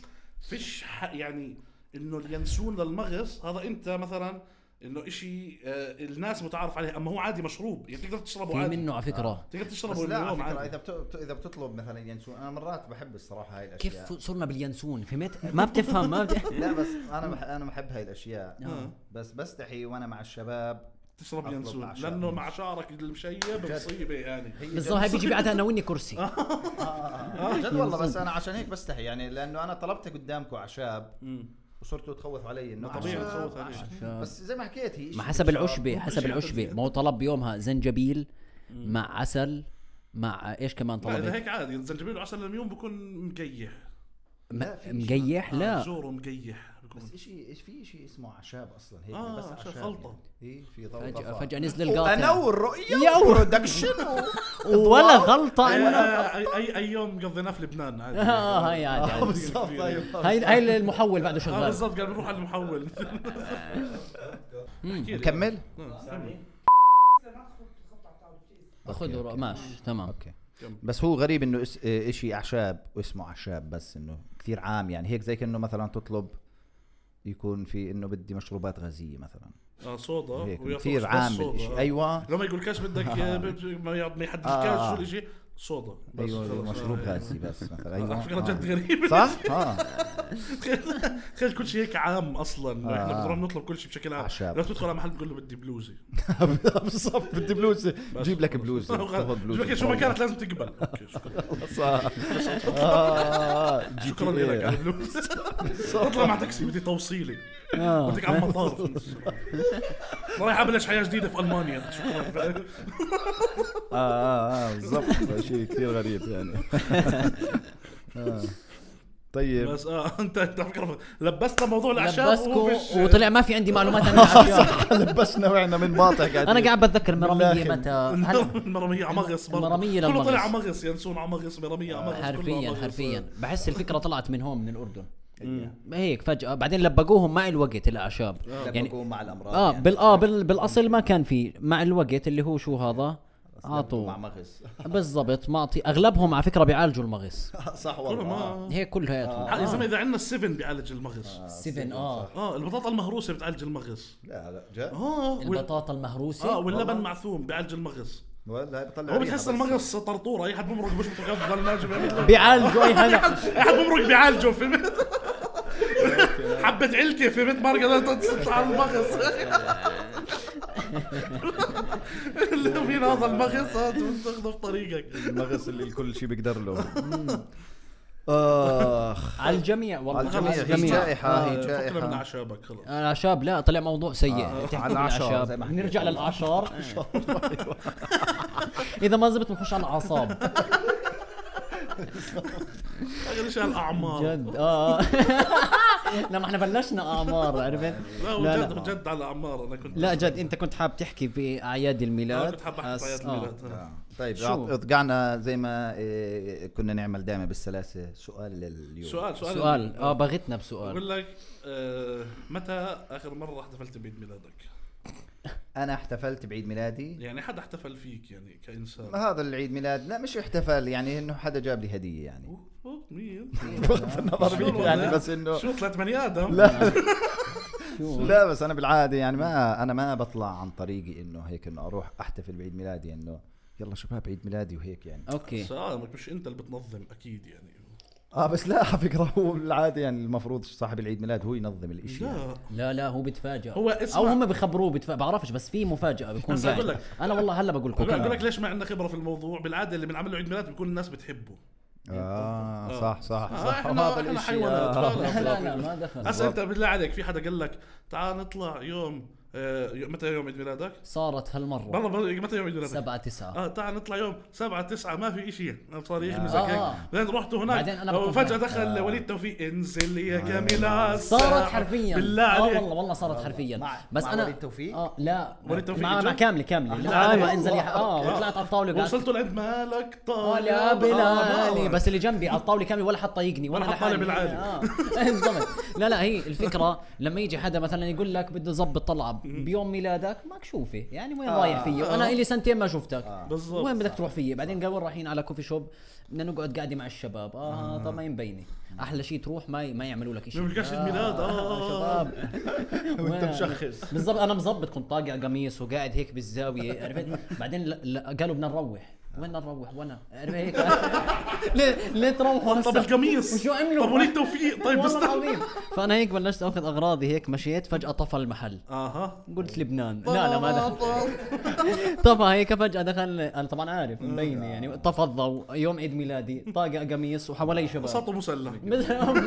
[SPEAKER 1] فيش ح- يعني انه اليانسون للمغص هذا انت مثلا انه اشي آه الناس متعارف عليه اما هو عادي مشروب يعني تقدر تشربه
[SPEAKER 2] في
[SPEAKER 1] عادي
[SPEAKER 2] منه على فكره
[SPEAKER 1] تقدر
[SPEAKER 3] بس
[SPEAKER 1] تشربه
[SPEAKER 3] لا على
[SPEAKER 1] اليوم
[SPEAKER 3] فكره
[SPEAKER 1] عادي
[SPEAKER 3] اذا بت... اذا بتطلب مثلا ينسون انا مرات بحب الصراحه هاي الاشياء
[SPEAKER 2] كيف صرنا باليانسون فهمت ما بتفهم ما بت...
[SPEAKER 3] لا بس انا بح... انا بحب هاي الاشياء
[SPEAKER 2] آه.
[SPEAKER 3] بس بستحي وانا مع الشباب
[SPEAKER 1] تشرب
[SPEAKER 3] أطلب
[SPEAKER 1] ينسون
[SPEAKER 3] أعشاب.
[SPEAKER 1] لانه مع شعرك المشيب مصيبه يعني
[SPEAKER 3] هي
[SPEAKER 2] بالظبط هاي بيجي بعدها ناويني كرسي
[SPEAKER 3] آه جد والله بس انا عشان هيك بستحي يعني لانه انا طلبت قدامكم اعشاب
[SPEAKER 1] مم.
[SPEAKER 3] وصرتوا تخوثوا علي انه
[SPEAKER 1] طبيعي
[SPEAKER 3] أعشاب،
[SPEAKER 1] تخوث علي.
[SPEAKER 3] أعشاب. بس زي ما حكيت هي إشي
[SPEAKER 2] ما حسب يعني.
[SPEAKER 3] بالشراب.
[SPEAKER 1] آه.
[SPEAKER 2] العشبه حسب العشبه ما هو طلب بيومها زنجبيل مع عسل مع ايش كمان
[SPEAKER 1] لا اذا
[SPEAKER 2] طلبت
[SPEAKER 1] هيك عادي الزنجبيل والعسل لليوم بكون مقيح
[SPEAKER 2] م-
[SPEAKER 3] في شيء.
[SPEAKER 2] مقيح لا
[SPEAKER 1] زوره مقيح بكون
[SPEAKER 3] بس شيء في شيء اسمه اعشاب اصلا هيك
[SPEAKER 1] آه،
[SPEAKER 3] بس
[SPEAKER 1] عشان
[SPEAKER 3] اعشاب
[SPEAKER 1] خلطة.
[SPEAKER 3] يعني. اي في ضوء
[SPEAKER 2] فجأة,
[SPEAKER 3] ضفاء.
[SPEAKER 2] فجأة نزل آه،
[SPEAKER 3] وانا
[SPEAKER 2] القاطع
[SPEAKER 3] والرؤيه
[SPEAKER 2] يا
[SPEAKER 3] والبرودكشن
[SPEAKER 2] ولا غلطة ولا-
[SPEAKER 1] آه، اي اي اي يوم قضيناه في لبنان عادي
[SPEAKER 3] آه،
[SPEAKER 2] اه هاي عادي
[SPEAKER 1] آه.
[SPEAKER 2] عادي.
[SPEAKER 3] بالضبط أيوة.
[SPEAKER 2] هاي هاي المحول بعده
[SPEAKER 1] اه
[SPEAKER 2] شغال
[SPEAKER 1] طيب. بالضبط قال بنروح على المحول احكي لي.
[SPEAKER 3] نكمل
[SPEAKER 1] آه، كمل.
[SPEAKER 2] خذ ورا- ماشي تمام
[SPEAKER 3] اوكي بس هو غريب انه اس... إيه، اشي اعشاب واسمه اعشاب بس انه كثير عام يعني هيك زي كانه مثلا تطلب يكون في انه بدي مشروبات غازيه مثلا
[SPEAKER 1] اه صودا
[SPEAKER 3] هيك
[SPEAKER 1] ويا
[SPEAKER 3] كثير
[SPEAKER 1] فوق
[SPEAKER 3] عام
[SPEAKER 1] صودا.
[SPEAKER 3] الاشي
[SPEAKER 1] آه.
[SPEAKER 3] ايوه
[SPEAKER 1] لو ما يقولكاش بدك ما يقعد- ما يحددكاش
[SPEAKER 3] آه.
[SPEAKER 1] شو الاشي صودا بس
[SPEAKER 3] ايوه
[SPEAKER 1] خلص.
[SPEAKER 3] مشروب
[SPEAKER 1] آه.
[SPEAKER 3] غازي بس مثلا
[SPEAKER 1] على فكره
[SPEAKER 3] آه.
[SPEAKER 1] جد غريب
[SPEAKER 3] صح؟ اه
[SPEAKER 1] تخيل- تخيل كل شيء هيك عام اصلا انه احنا
[SPEAKER 3] آه.
[SPEAKER 1] بنروح نطلب كل شيء بشكل عام
[SPEAKER 3] أعشاب.
[SPEAKER 1] لو تدخل على محل بتقول له بدي بلوزه
[SPEAKER 3] بالضبط بدي بلوزه جيب لك بلوزه تاخذ بلوزه
[SPEAKER 1] بلوزه شو ما كانت لازم تقبل أوكي، شكرا
[SPEAKER 3] خلص، آه. آه، جي
[SPEAKER 1] شكرا
[SPEAKER 3] تي إيه.
[SPEAKER 1] لك على البلوزه اطلع مع تاكسي بدي توصيلي بدك على المطار في نص. رايح ابلش حياه جديده في المانيا شكرا
[SPEAKER 3] اه اه اه بالضبط شيء كثير غريب يعني آه. طيب
[SPEAKER 1] بس اه انت انت على فكره لبسنا موضوع الاعشاب وهو فيش-
[SPEAKER 2] لبسكو وطلع ما في عندي معلومات عن الأعشاب.
[SPEAKER 3] لبسنا وعنا من باطع قاعدين
[SPEAKER 2] انا قاعد بتذكر مراميه
[SPEAKER 3] بالآخر.
[SPEAKER 2] متى هل-
[SPEAKER 1] المرامية عمغص برضه
[SPEAKER 2] المرامية
[SPEAKER 1] كله
[SPEAKER 2] للمغص.
[SPEAKER 1] طلع عمغص ينسون عمغص مرامية عمغص كله
[SPEAKER 2] حرفيا
[SPEAKER 1] عمغص.
[SPEAKER 2] حرفيا بحس الفكره طلعت من هون من الاردن
[SPEAKER 3] إيه.
[SPEAKER 2] هيك فجاه بعدين لبقوهم مع الوقت الاعشاب
[SPEAKER 1] آه،
[SPEAKER 2] يعني
[SPEAKER 3] مع الامراض
[SPEAKER 2] اه
[SPEAKER 3] يعني.
[SPEAKER 2] بال اه بال بالاصل ما كان في مع الوقت اللي هو شو هذا
[SPEAKER 3] مع
[SPEAKER 2] عطوا
[SPEAKER 3] مغص
[SPEAKER 2] بالضبط معطي اغلبهم على فكره بيعالجوا المغص
[SPEAKER 3] صح
[SPEAKER 1] كله
[SPEAKER 3] والله
[SPEAKER 1] ما
[SPEAKER 2] هيك كل هياتهم
[SPEAKER 1] يا زلمه اذا عندنا السفن بيعالج المغص
[SPEAKER 2] سفن اه
[SPEAKER 1] اه البطاطا المهروسه بتعالج المغص
[SPEAKER 3] لا لا جد
[SPEAKER 1] اه وال-
[SPEAKER 2] البطاطا
[SPEAKER 1] اه
[SPEAKER 2] المهروسه
[SPEAKER 1] واللبن
[SPEAKER 3] والله.
[SPEAKER 1] معثوم بيعالج المغص
[SPEAKER 3] ولا هاي بطلع
[SPEAKER 1] هو
[SPEAKER 3] ريحة
[SPEAKER 1] بتحس
[SPEAKER 3] بس.
[SPEAKER 1] المغص طرطوره اي حد بمرق بشبطه كف ناجم
[SPEAKER 2] بيعالجوا اي طيب، هلا
[SPEAKER 1] اي حد بمرق بيعالجه فهمت حبة علكة فهمت ما قدرت تطلع على المغص اللي فين هذا المغص آه، تاخذه في طريقك
[SPEAKER 3] المغص اللي الكل شيء بيقدر له اخ
[SPEAKER 2] على الجميع والله
[SPEAKER 3] على الجميع.
[SPEAKER 2] خلص
[SPEAKER 3] هي
[SPEAKER 2] الجميع.
[SPEAKER 3] جائحة،
[SPEAKER 2] آه،
[SPEAKER 3] هي جائحة.
[SPEAKER 1] فكنا من اعشابك خلص
[SPEAKER 2] الاعشاب لا طلع موضوع سيء
[SPEAKER 3] آه،
[SPEAKER 2] تحكوا
[SPEAKER 3] على الأعشاب، أيوة.
[SPEAKER 2] بالأعشاب.
[SPEAKER 3] زي ما حكيت.
[SPEAKER 2] نرجع للاعشار اذا ما زبط بنخش على الاعصاب
[SPEAKER 1] اغلى شيء
[SPEAKER 3] آه.
[SPEAKER 1] الاعمار
[SPEAKER 2] جد اه لا ما احنا بلشنا اعمار عرفت
[SPEAKER 1] لا
[SPEAKER 2] لا،
[SPEAKER 1] وجد
[SPEAKER 2] لا.
[SPEAKER 1] جد على الاعمار انا كنت
[SPEAKER 4] لا جد انت كنت حاب تحكي باعياد الميلاد
[SPEAKER 1] أنا كنت حاب احكي
[SPEAKER 4] أس-
[SPEAKER 1] في عيد
[SPEAKER 4] آه.
[SPEAKER 1] الميلاد آه.
[SPEAKER 3] طيب
[SPEAKER 2] شو؟
[SPEAKER 3] أعط- رجعنا زي ما إيه، كنا نعمل دائما بالسلاسه سؤال لليوم
[SPEAKER 1] سؤال سؤال
[SPEAKER 2] سؤال اه باغتنا بسؤال
[SPEAKER 1] بقول لك آه، متى اخر مره احتفلت بعيد ميلادك؟
[SPEAKER 3] انا احتفلت بعيد ميلادي
[SPEAKER 1] يعني حدا احتفل فيك يعني
[SPEAKER 3] ما
[SPEAKER 1] كانسان
[SPEAKER 3] هذا العيد ميلاد لا مش احتفال يعني انه حدا جاب لي هديه يعني
[SPEAKER 1] أوه، أوه، مين؟
[SPEAKER 3] بغض النظر مين يعني بس انه
[SPEAKER 1] شو طلعت بني ادم؟
[SPEAKER 3] لا لا بس انا بالعاده يعني ما انا ما بطلع عن طريقي انه هيك انه اروح احتفل بعيد ميلادي انه يلا شباب عيد ميلادي وهيك يعني
[SPEAKER 2] اوكي
[SPEAKER 1] سؤالك مش انت اللي بتنظم اكيد يعني
[SPEAKER 3] اه بس لا على فكره هو بالعاده يعني المفروض صاحب العيد ميلاد هو ينظم الاشي يعني.
[SPEAKER 1] لا
[SPEAKER 2] لا لا هو بيتفاجئ
[SPEAKER 1] هو اسمع.
[SPEAKER 2] او هم بيخبروه بتفاجئ بعرفش بس في مفاجاه بيكون
[SPEAKER 1] بس أقول
[SPEAKER 2] قاعد.
[SPEAKER 1] لك.
[SPEAKER 2] انا والله هلا بقول لكم
[SPEAKER 1] بقول بقول لك ليش ما عندنا خبره في الموضوع بالعاده اللي بنعمل له عيد ميلاد بيكون الناس بتحبه
[SPEAKER 3] اه صح صح
[SPEAKER 1] آه،
[SPEAKER 3] صح
[SPEAKER 1] إحنا-
[SPEAKER 3] وهذا
[SPEAKER 1] إحنا
[SPEAKER 3] الاشي
[SPEAKER 1] حيوانات.
[SPEAKER 3] آه.
[SPEAKER 1] لا،
[SPEAKER 2] لا لا
[SPEAKER 1] لا، لا،
[SPEAKER 2] لا
[SPEAKER 1] ما
[SPEAKER 2] ما دخل
[SPEAKER 1] هسا انت بالله عليك في حدا قال لك تعال نطلع يوم آه، يوم- متى يوم عيد ميلادك؟
[SPEAKER 2] صارت هالمره
[SPEAKER 1] والله بل- متى يوم عيد ميلادك؟
[SPEAKER 2] سبعة تسعة
[SPEAKER 1] اه تعال نطلع يوم سبعة تسعة ما في اشي صار يحمسك
[SPEAKER 2] آه.
[SPEAKER 1] هيك بعدين رحت هناك
[SPEAKER 2] بعدين أنا بكون
[SPEAKER 1] وفجأة
[SPEAKER 2] هناك.
[SPEAKER 1] دخل وليد توفيق انزل يا جميل على
[SPEAKER 2] صارت
[SPEAKER 1] الساعة.
[SPEAKER 2] حرفيا
[SPEAKER 1] بالله
[SPEAKER 2] اه
[SPEAKER 1] عليك
[SPEAKER 2] والله والله صارت حرفيا
[SPEAKER 3] مع-
[SPEAKER 2] بس
[SPEAKER 3] مع
[SPEAKER 2] انا
[SPEAKER 3] وليد توفيق؟
[SPEAKER 2] اه لا
[SPEAKER 1] وليد توفيق
[SPEAKER 2] مع مع
[SPEAKER 1] جد؟
[SPEAKER 2] كامله كامله
[SPEAKER 1] آه،
[SPEAKER 2] اه ما انزل يح-
[SPEAKER 1] آه.
[SPEAKER 2] اه طلعت على آه، الطاوله وقعدت
[SPEAKER 1] وصلت لعند مالك طالع
[SPEAKER 2] ولا بلالي
[SPEAKER 1] آه،
[SPEAKER 2] بس اللي جنبي على الطاوله كامله ولا حد طايقني ولا
[SPEAKER 1] ولا حد طالب العالي.
[SPEAKER 2] آه. بالضبط لا لا هي الفكره لما يجي حدا مثلا يقول لك بده ظبط طلعه بيوم ميلادك ماك شوفه يعني
[SPEAKER 3] آه،
[SPEAKER 2] وين رايح فيه وانا الي سنتين ما شفتك
[SPEAKER 1] بالضبط.
[SPEAKER 2] وين بدك تروح فيه بعدين قال وين رايحين على كوفي شوب بدنا نقعد قاعده مع الشباب اه طب ما ينبيني احلى شيء تروح ما ما يعملوا لك
[SPEAKER 1] آه. ما
[SPEAKER 2] شيء
[SPEAKER 1] بلقاش عيد ميلاد
[SPEAKER 2] آه،
[SPEAKER 1] اه
[SPEAKER 2] شباب وانت مشخص بالضبط انا مظبط كنت طاقع قميص وقاعد هيك بالزاويه عرفت بعدين ل- ل- قالوا بدنا نروح وين بدنا نروح وانا عرفت هيك ليه ليه تروحوا
[SPEAKER 1] طب
[SPEAKER 2] هسه؟
[SPEAKER 1] القميص
[SPEAKER 2] وشو عملوا؟
[SPEAKER 1] طب وليد توفيق طيب بس
[SPEAKER 2] والله العظيم فانا هيك بلشت اخذ اغراضي هيك مشيت فجاه طفى المحل
[SPEAKER 1] اها
[SPEAKER 2] قلت لبنان لا لا ما
[SPEAKER 1] آه،
[SPEAKER 2] دخل
[SPEAKER 1] دخل
[SPEAKER 2] طفى هيك فجاه دخل انا طبعا عارف مبينه يعني طفى الضوء يوم عيد ميلادي طاقع قميص وحوالي شباب
[SPEAKER 1] وسطه مسلح
[SPEAKER 2] مبينه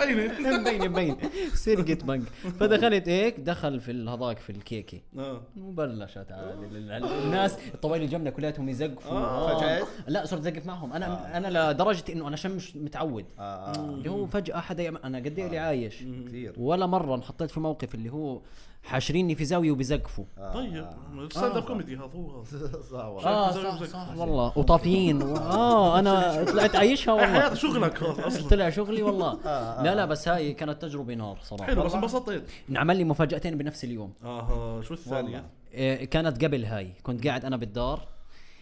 [SPEAKER 1] مبينة
[SPEAKER 2] مبين مبين سرقة بنك فدخلت هيك دخل في ال- هذاك في الكيكه
[SPEAKER 1] اه
[SPEAKER 2] وبلشت عادي ال- ال- الناس الطوالي جنبنا كلياتهم يزقفوا آه.
[SPEAKER 3] فجأة؟
[SPEAKER 2] لا صرت زقف معهم انا انا لدرجه انه انا شمش متعود
[SPEAKER 3] آه، آه.
[SPEAKER 2] اللي هو فجاه حدا يعمل انا قد ايه اللي عايش
[SPEAKER 3] كثير
[SPEAKER 2] ولا مره انحطيت في موقف اللي هو حاشريني في زاويه وبزقفوا
[SPEAKER 1] طيب
[SPEAKER 2] آه.
[SPEAKER 1] ستاند اب كوميدي هذا هو هذا
[SPEAKER 3] صح والله
[SPEAKER 2] اه
[SPEAKER 1] في زاوية
[SPEAKER 2] صح
[SPEAKER 1] وبزقفوا.
[SPEAKER 2] صح والله وطافيين و- اه انا طلعت عايشها والله
[SPEAKER 1] حياتي شغلك هذا اصلا
[SPEAKER 2] طلع شغلي والله لا لا بس هاي كانت تجربه نار صراحه
[SPEAKER 1] حلو بس انبسطت
[SPEAKER 2] انعمل لي مفاجاتين بنفس اليوم
[SPEAKER 1] اها شو الثانية؟
[SPEAKER 2] إيه، كانت قبل هاي كنت قاعد انا بالدار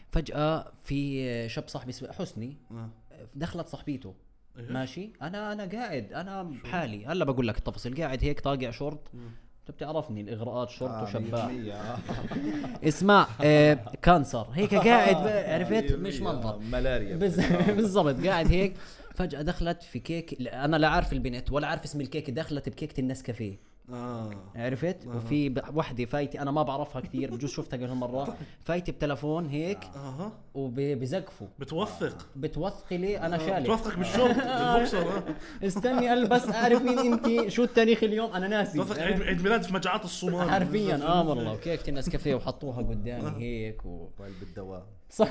[SPEAKER 2] فجاه في شاب صاحبي اسمه حسني
[SPEAKER 1] آه.
[SPEAKER 2] دخلت صاحبيته
[SPEAKER 1] إيه.
[SPEAKER 2] ماشي انا انا قاعد انا بحالي هلا بقول لك التفاصيل قاعد هيك طاقع شورت طيب بتعرفني الاغراءات شرط
[SPEAKER 3] آه،
[SPEAKER 2] وشباب
[SPEAKER 3] 100%. آه.
[SPEAKER 2] اسمع آه، كانسر هيك قاعد ب- عرفت
[SPEAKER 3] 100%.
[SPEAKER 2] مش
[SPEAKER 3] آه،
[SPEAKER 2] منظر
[SPEAKER 3] ملاريا
[SPEAKER 2] بز- بالضبط قاعد هيك فجاه دخلت في كيك لا، انا لا عارف البنت ولا عارف اسم الكيك دخلت بكيكه النسكافيه
[SPEAKER 1] اه
[SPEAKER 2] عرفت وفي ب- وحده فايتي انا ما بعرفها كثير بجوز شفتها قبل مره فايتي بتلفون هيك
[SPEAKER 1] اها
[SPEAKER 2] وبزقفوا
[SPEAKER 1] بتوثق
[SPEAKER 2] بتوثقي لي انا شالك
[SPEAKER 1] بتوثق بالشورت بالبوكسر آه.
[SPEAKER 2] استني البس اعرف مين انت شو التاريخ اليوم انا ناسي
[SPEAKER 1] بتوثق عيد عيد ميلاد في مجاعات الصومال
[SPEAKER 2] حرفيا اه والله وكيكه النسكافيه وحطوها قدامي هيك و...
[SPEAKER 3] وال بالدوام
[SPEAKER 2] صح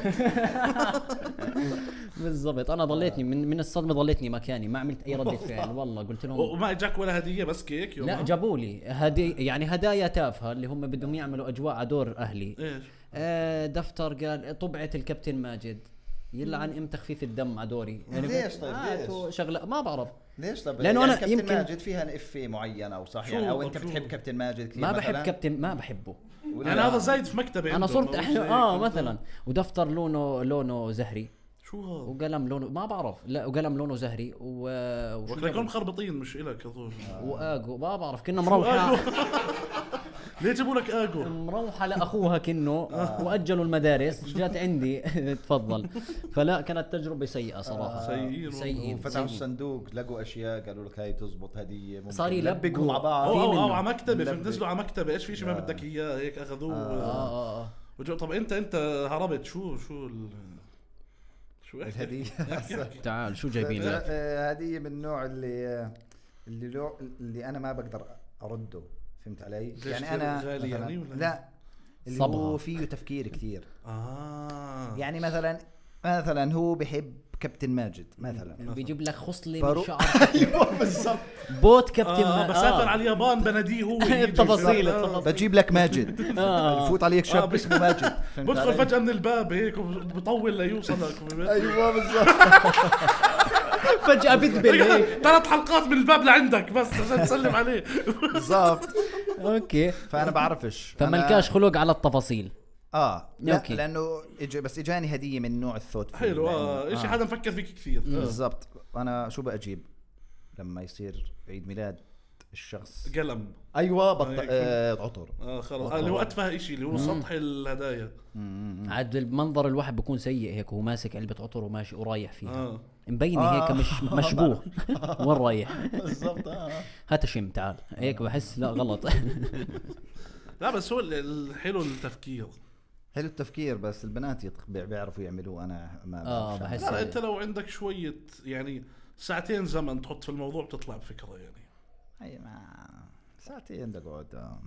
[SPEAKER 2] بالضبط انا ضليتني من من الصدمه ضليتني مكاني ما عملت اي رده فعل والله قلت لهم
[SPEAKER 1] وما اجاك ولا هديه بس كيك يومها
[SPEAKER 2] لا جابوا لي هدي يعني هدايا تافهه اللي هم بدهم يعملوا اجواء على دور اهلي
[SPEAKER 1] ايش
[SPEAKER 2] آه، دفتر قال طبعه الكابتن ماجد يلعن ام تخفيف الدم على دوري يعني
[SPEAKER 3] ليش طيب؟
[SPEAKER 2] هاته
[SPEAKER 3] ليش؟
[SPEAKER 2] شغله ما بعرف
[SPEAKER 3] ليش طب
[SPEAKER 2] لأنه
[SPEAKER 3] يعني
[SPEAKER 2] أنا
[SPEAKER 3] كابتن
[SPEAKER 2] يمكن-
[SPEAKER 3] ماجد فيها افه معينه او صح
[SPEAKER 1] شو-
[SPEAKER 3] يعني او انت
[SPEAKER 1] شو-
[SPEAKER 3] بتحب كابتن ماجد كثير
[SPEAKER 2] ما
[SPEAKER 3] مثلاً؟
[SPEAKER 2] بحب كابتن ما بحبه
[SPEAKER 3] ولا
[SPEAKER 1] انا
[SPEAKER 3] لا؟
[SPEAKER 1] هذا زايد في مكتبي
[SPEAKER 2] انا
[SPEAKER 1] عنده،
[SPEAKER 2] صرت
[SPEAKER 1] ما هو
[SPEAKER 2] احنا
[SPEAKER 1] زي
[SPEAKER 2] اه
[SPEAKER 1] كنت-
[SPEAKER 2] مثلا ودفتر لونه لونه زهري
[SPEAKER 1] شو هذا؟
[SPEAKER 2] وقلم لونه ما بعرف لا وقلم لونه زهري و وشو
[SPEAKER 1] وكلكم
[SPEAKER 2] قبل؟
[SPEAKER 1] مخربطين مش الك اظن
[SPEAKER 2] واجو ما بعرف كنا
[SPEAKER 1] اجو
[SPEAKER 2] مروحه
[SPEAKER 1] ليه جابوا لك اجو؟
[SPEAKER 2] مروحه لاخوها كنه
[SPEAKER 3] آه.
[SPEAKER 2] واجلوا المدارس جات عندي تفضل فلا كانت تجربه سيئه صراحه
[SPEAKER 1] سيئين والله.
[SPEAKER 2] سيئين
[SPEAKER 3] وفتحوا
[SPEAKER 2] سيئين.
[SPEAKER 3] الصندوق لقوا اشياء قالوا لك هاي تزبط هديه ممكن
[SPEAKER 2] صار يلبقوا.
[SPEAKER 3] مع بعض
[SPEAKER 1] او او او
[SPEAKER 2] منه.
[SPEAKER 1] على مكتبه فهمت
[SPEAKER 3] لبي.
[SPEAKER 1] نزلوا على مكتبه ايش في شيء ما بدك اياه هيك اخذوه
[SPEAKER 2] اه
[SPEAKER 1] آه.
[SPEAKER 2] اه اه
[SPEAKER 1] وجو طب انت انت هربت شو شو ال... شو احكي؟
[SPEAKER 3] الهديه
[SPEAKER 2] آه. تعال شو جايبين لك
[SPEAKER 3] آه، هديه من النوع اللي اللي لو اللي انا ما بقدر أرده فهمت علي؟
[SPEAKER 1] ليش
[SPEAKER 3] يعني
[SPEAKER 1] كثير
[SPEAKER 3] أنا
[SPEAKER 1] غالي
[SPEAKER 3] مثلاً-
[SPEAKER 1] يعني ولا؟
[SPEAKER 3] لا اللي
[SPEAKER 2] صبغة.
[SPEAKER 3] هو فيه تفكير كثير
[SPEAKER 1] اه
[SPEAKER 3] يعني مثلا مثلا هو بحب كابتن ماجد مثلا
[SPEAKER 2] بيجيب لك خصله من
[SPEAKER 3] برو-
[SPEAKER 2] شعر
[SPEAKER 3] ايوه بالضبط
[SPEAKER 2] بوت كابتن
[SPEAKER 1] يعني- آه
[SPEAKER 2] ما-
[SPEAKER 1] بسافر على اليابان بناديه هو يجي.
[SPEAKER 2] التفاصيل،
[SPEAKER 1] آه.
[SPEAKER 2] التفاصيل.
[SPEAKER 3] بجيب لك ماجد
[SPEAKER 2] آه.
[SPEAKER 3] بفوت عليك
[SPEAKER 1] آه،
[SPEAKER 3] شاب
[SPEAKER 1] بي-
[SPEAKER 3] اسمه ماجد فهمت
[SPEAKER 1] بدخل
[SPEAKER 3] علي؟
[SPEAKER 1] فجأة من الباب هيك وبطول ليوصلك
[SPEAKER 3] ايوه بالضبط
[SPEAKER 2] فجاه بدبل
[SPEAKER 3] أيوه.
[SPEAKER 2] هيك
[SPEAKER 1] ثلاث حلقات من الباب لعندك بس عشان تسلم عليه
[SPEAKER 3] بالضبط
[SPEAKER 2] اوكي
[SPEAKER 3] فانا بعرفش
[SPEAKER 2] فما
[SPEAKER 3] أنا-
[SPEAKER 2] لكاش خلق على التفاصيل
[SPEAKER 3] اه لا
[SPEAKER 2] أوكي.
[SPEAKER 3] لانه إج... بس اجاني هديه من نوع الثوت آه.
[SPEAKER 1] حلو اه شيء حدا آه. مفكر فيك كثير
[SPEAKER 3] بالضبط انا شو بجيب لما يصير عيد ميلاد الشخص
[SPEAKER 1] قلم
[SPEAKER 3] ايوه
[SPEAKER 1] آه،
[SPEAKER 3] بط...
[SPEAKER 1] يكون-
[SPEAKER 3] آه عطر
[SPEAKER 1] اه خلص آه، اللي هو اتفه شيء اللي هو سطح الهدايا
[SPEAKER 2] عاد المنظر الواحد بيكون سيء هيك وهو ماسك علبه عطر وماشي ورايح فيها
[SPEAKER 3] آه.
[SPEAKER 1] اه
[SPEAKER 2] مبينه هيك مش مشبوه وين رايح
[SPEAKER 3] بالضبط
[SPEAKER 1] آه.
[SPEAKER 3] اه
[SPEAKER 2] هات شم تعال
[SPEAKER 3] آه.
[SPEAKER 2] هيك بحس لا غلط
[SPEAKER 1] لا بس هو ال- الحلو التفكير
[SPEAKER 3] حلو التفكير بس البنات يطق... بي- بيعرفوا يعملوه انا ما
[SPEAKER 2] آه،
[SPEAKER 3] بعرفش.
[SPEAKER 2] بحس-
[SPEAKER 1] لا انت لو عندك شوية يعني ساعتين زمن تحط في الموضوع بتطلع بفكرة يعني
[SPEAKER 3] أي ما ساعتين اقعد آه.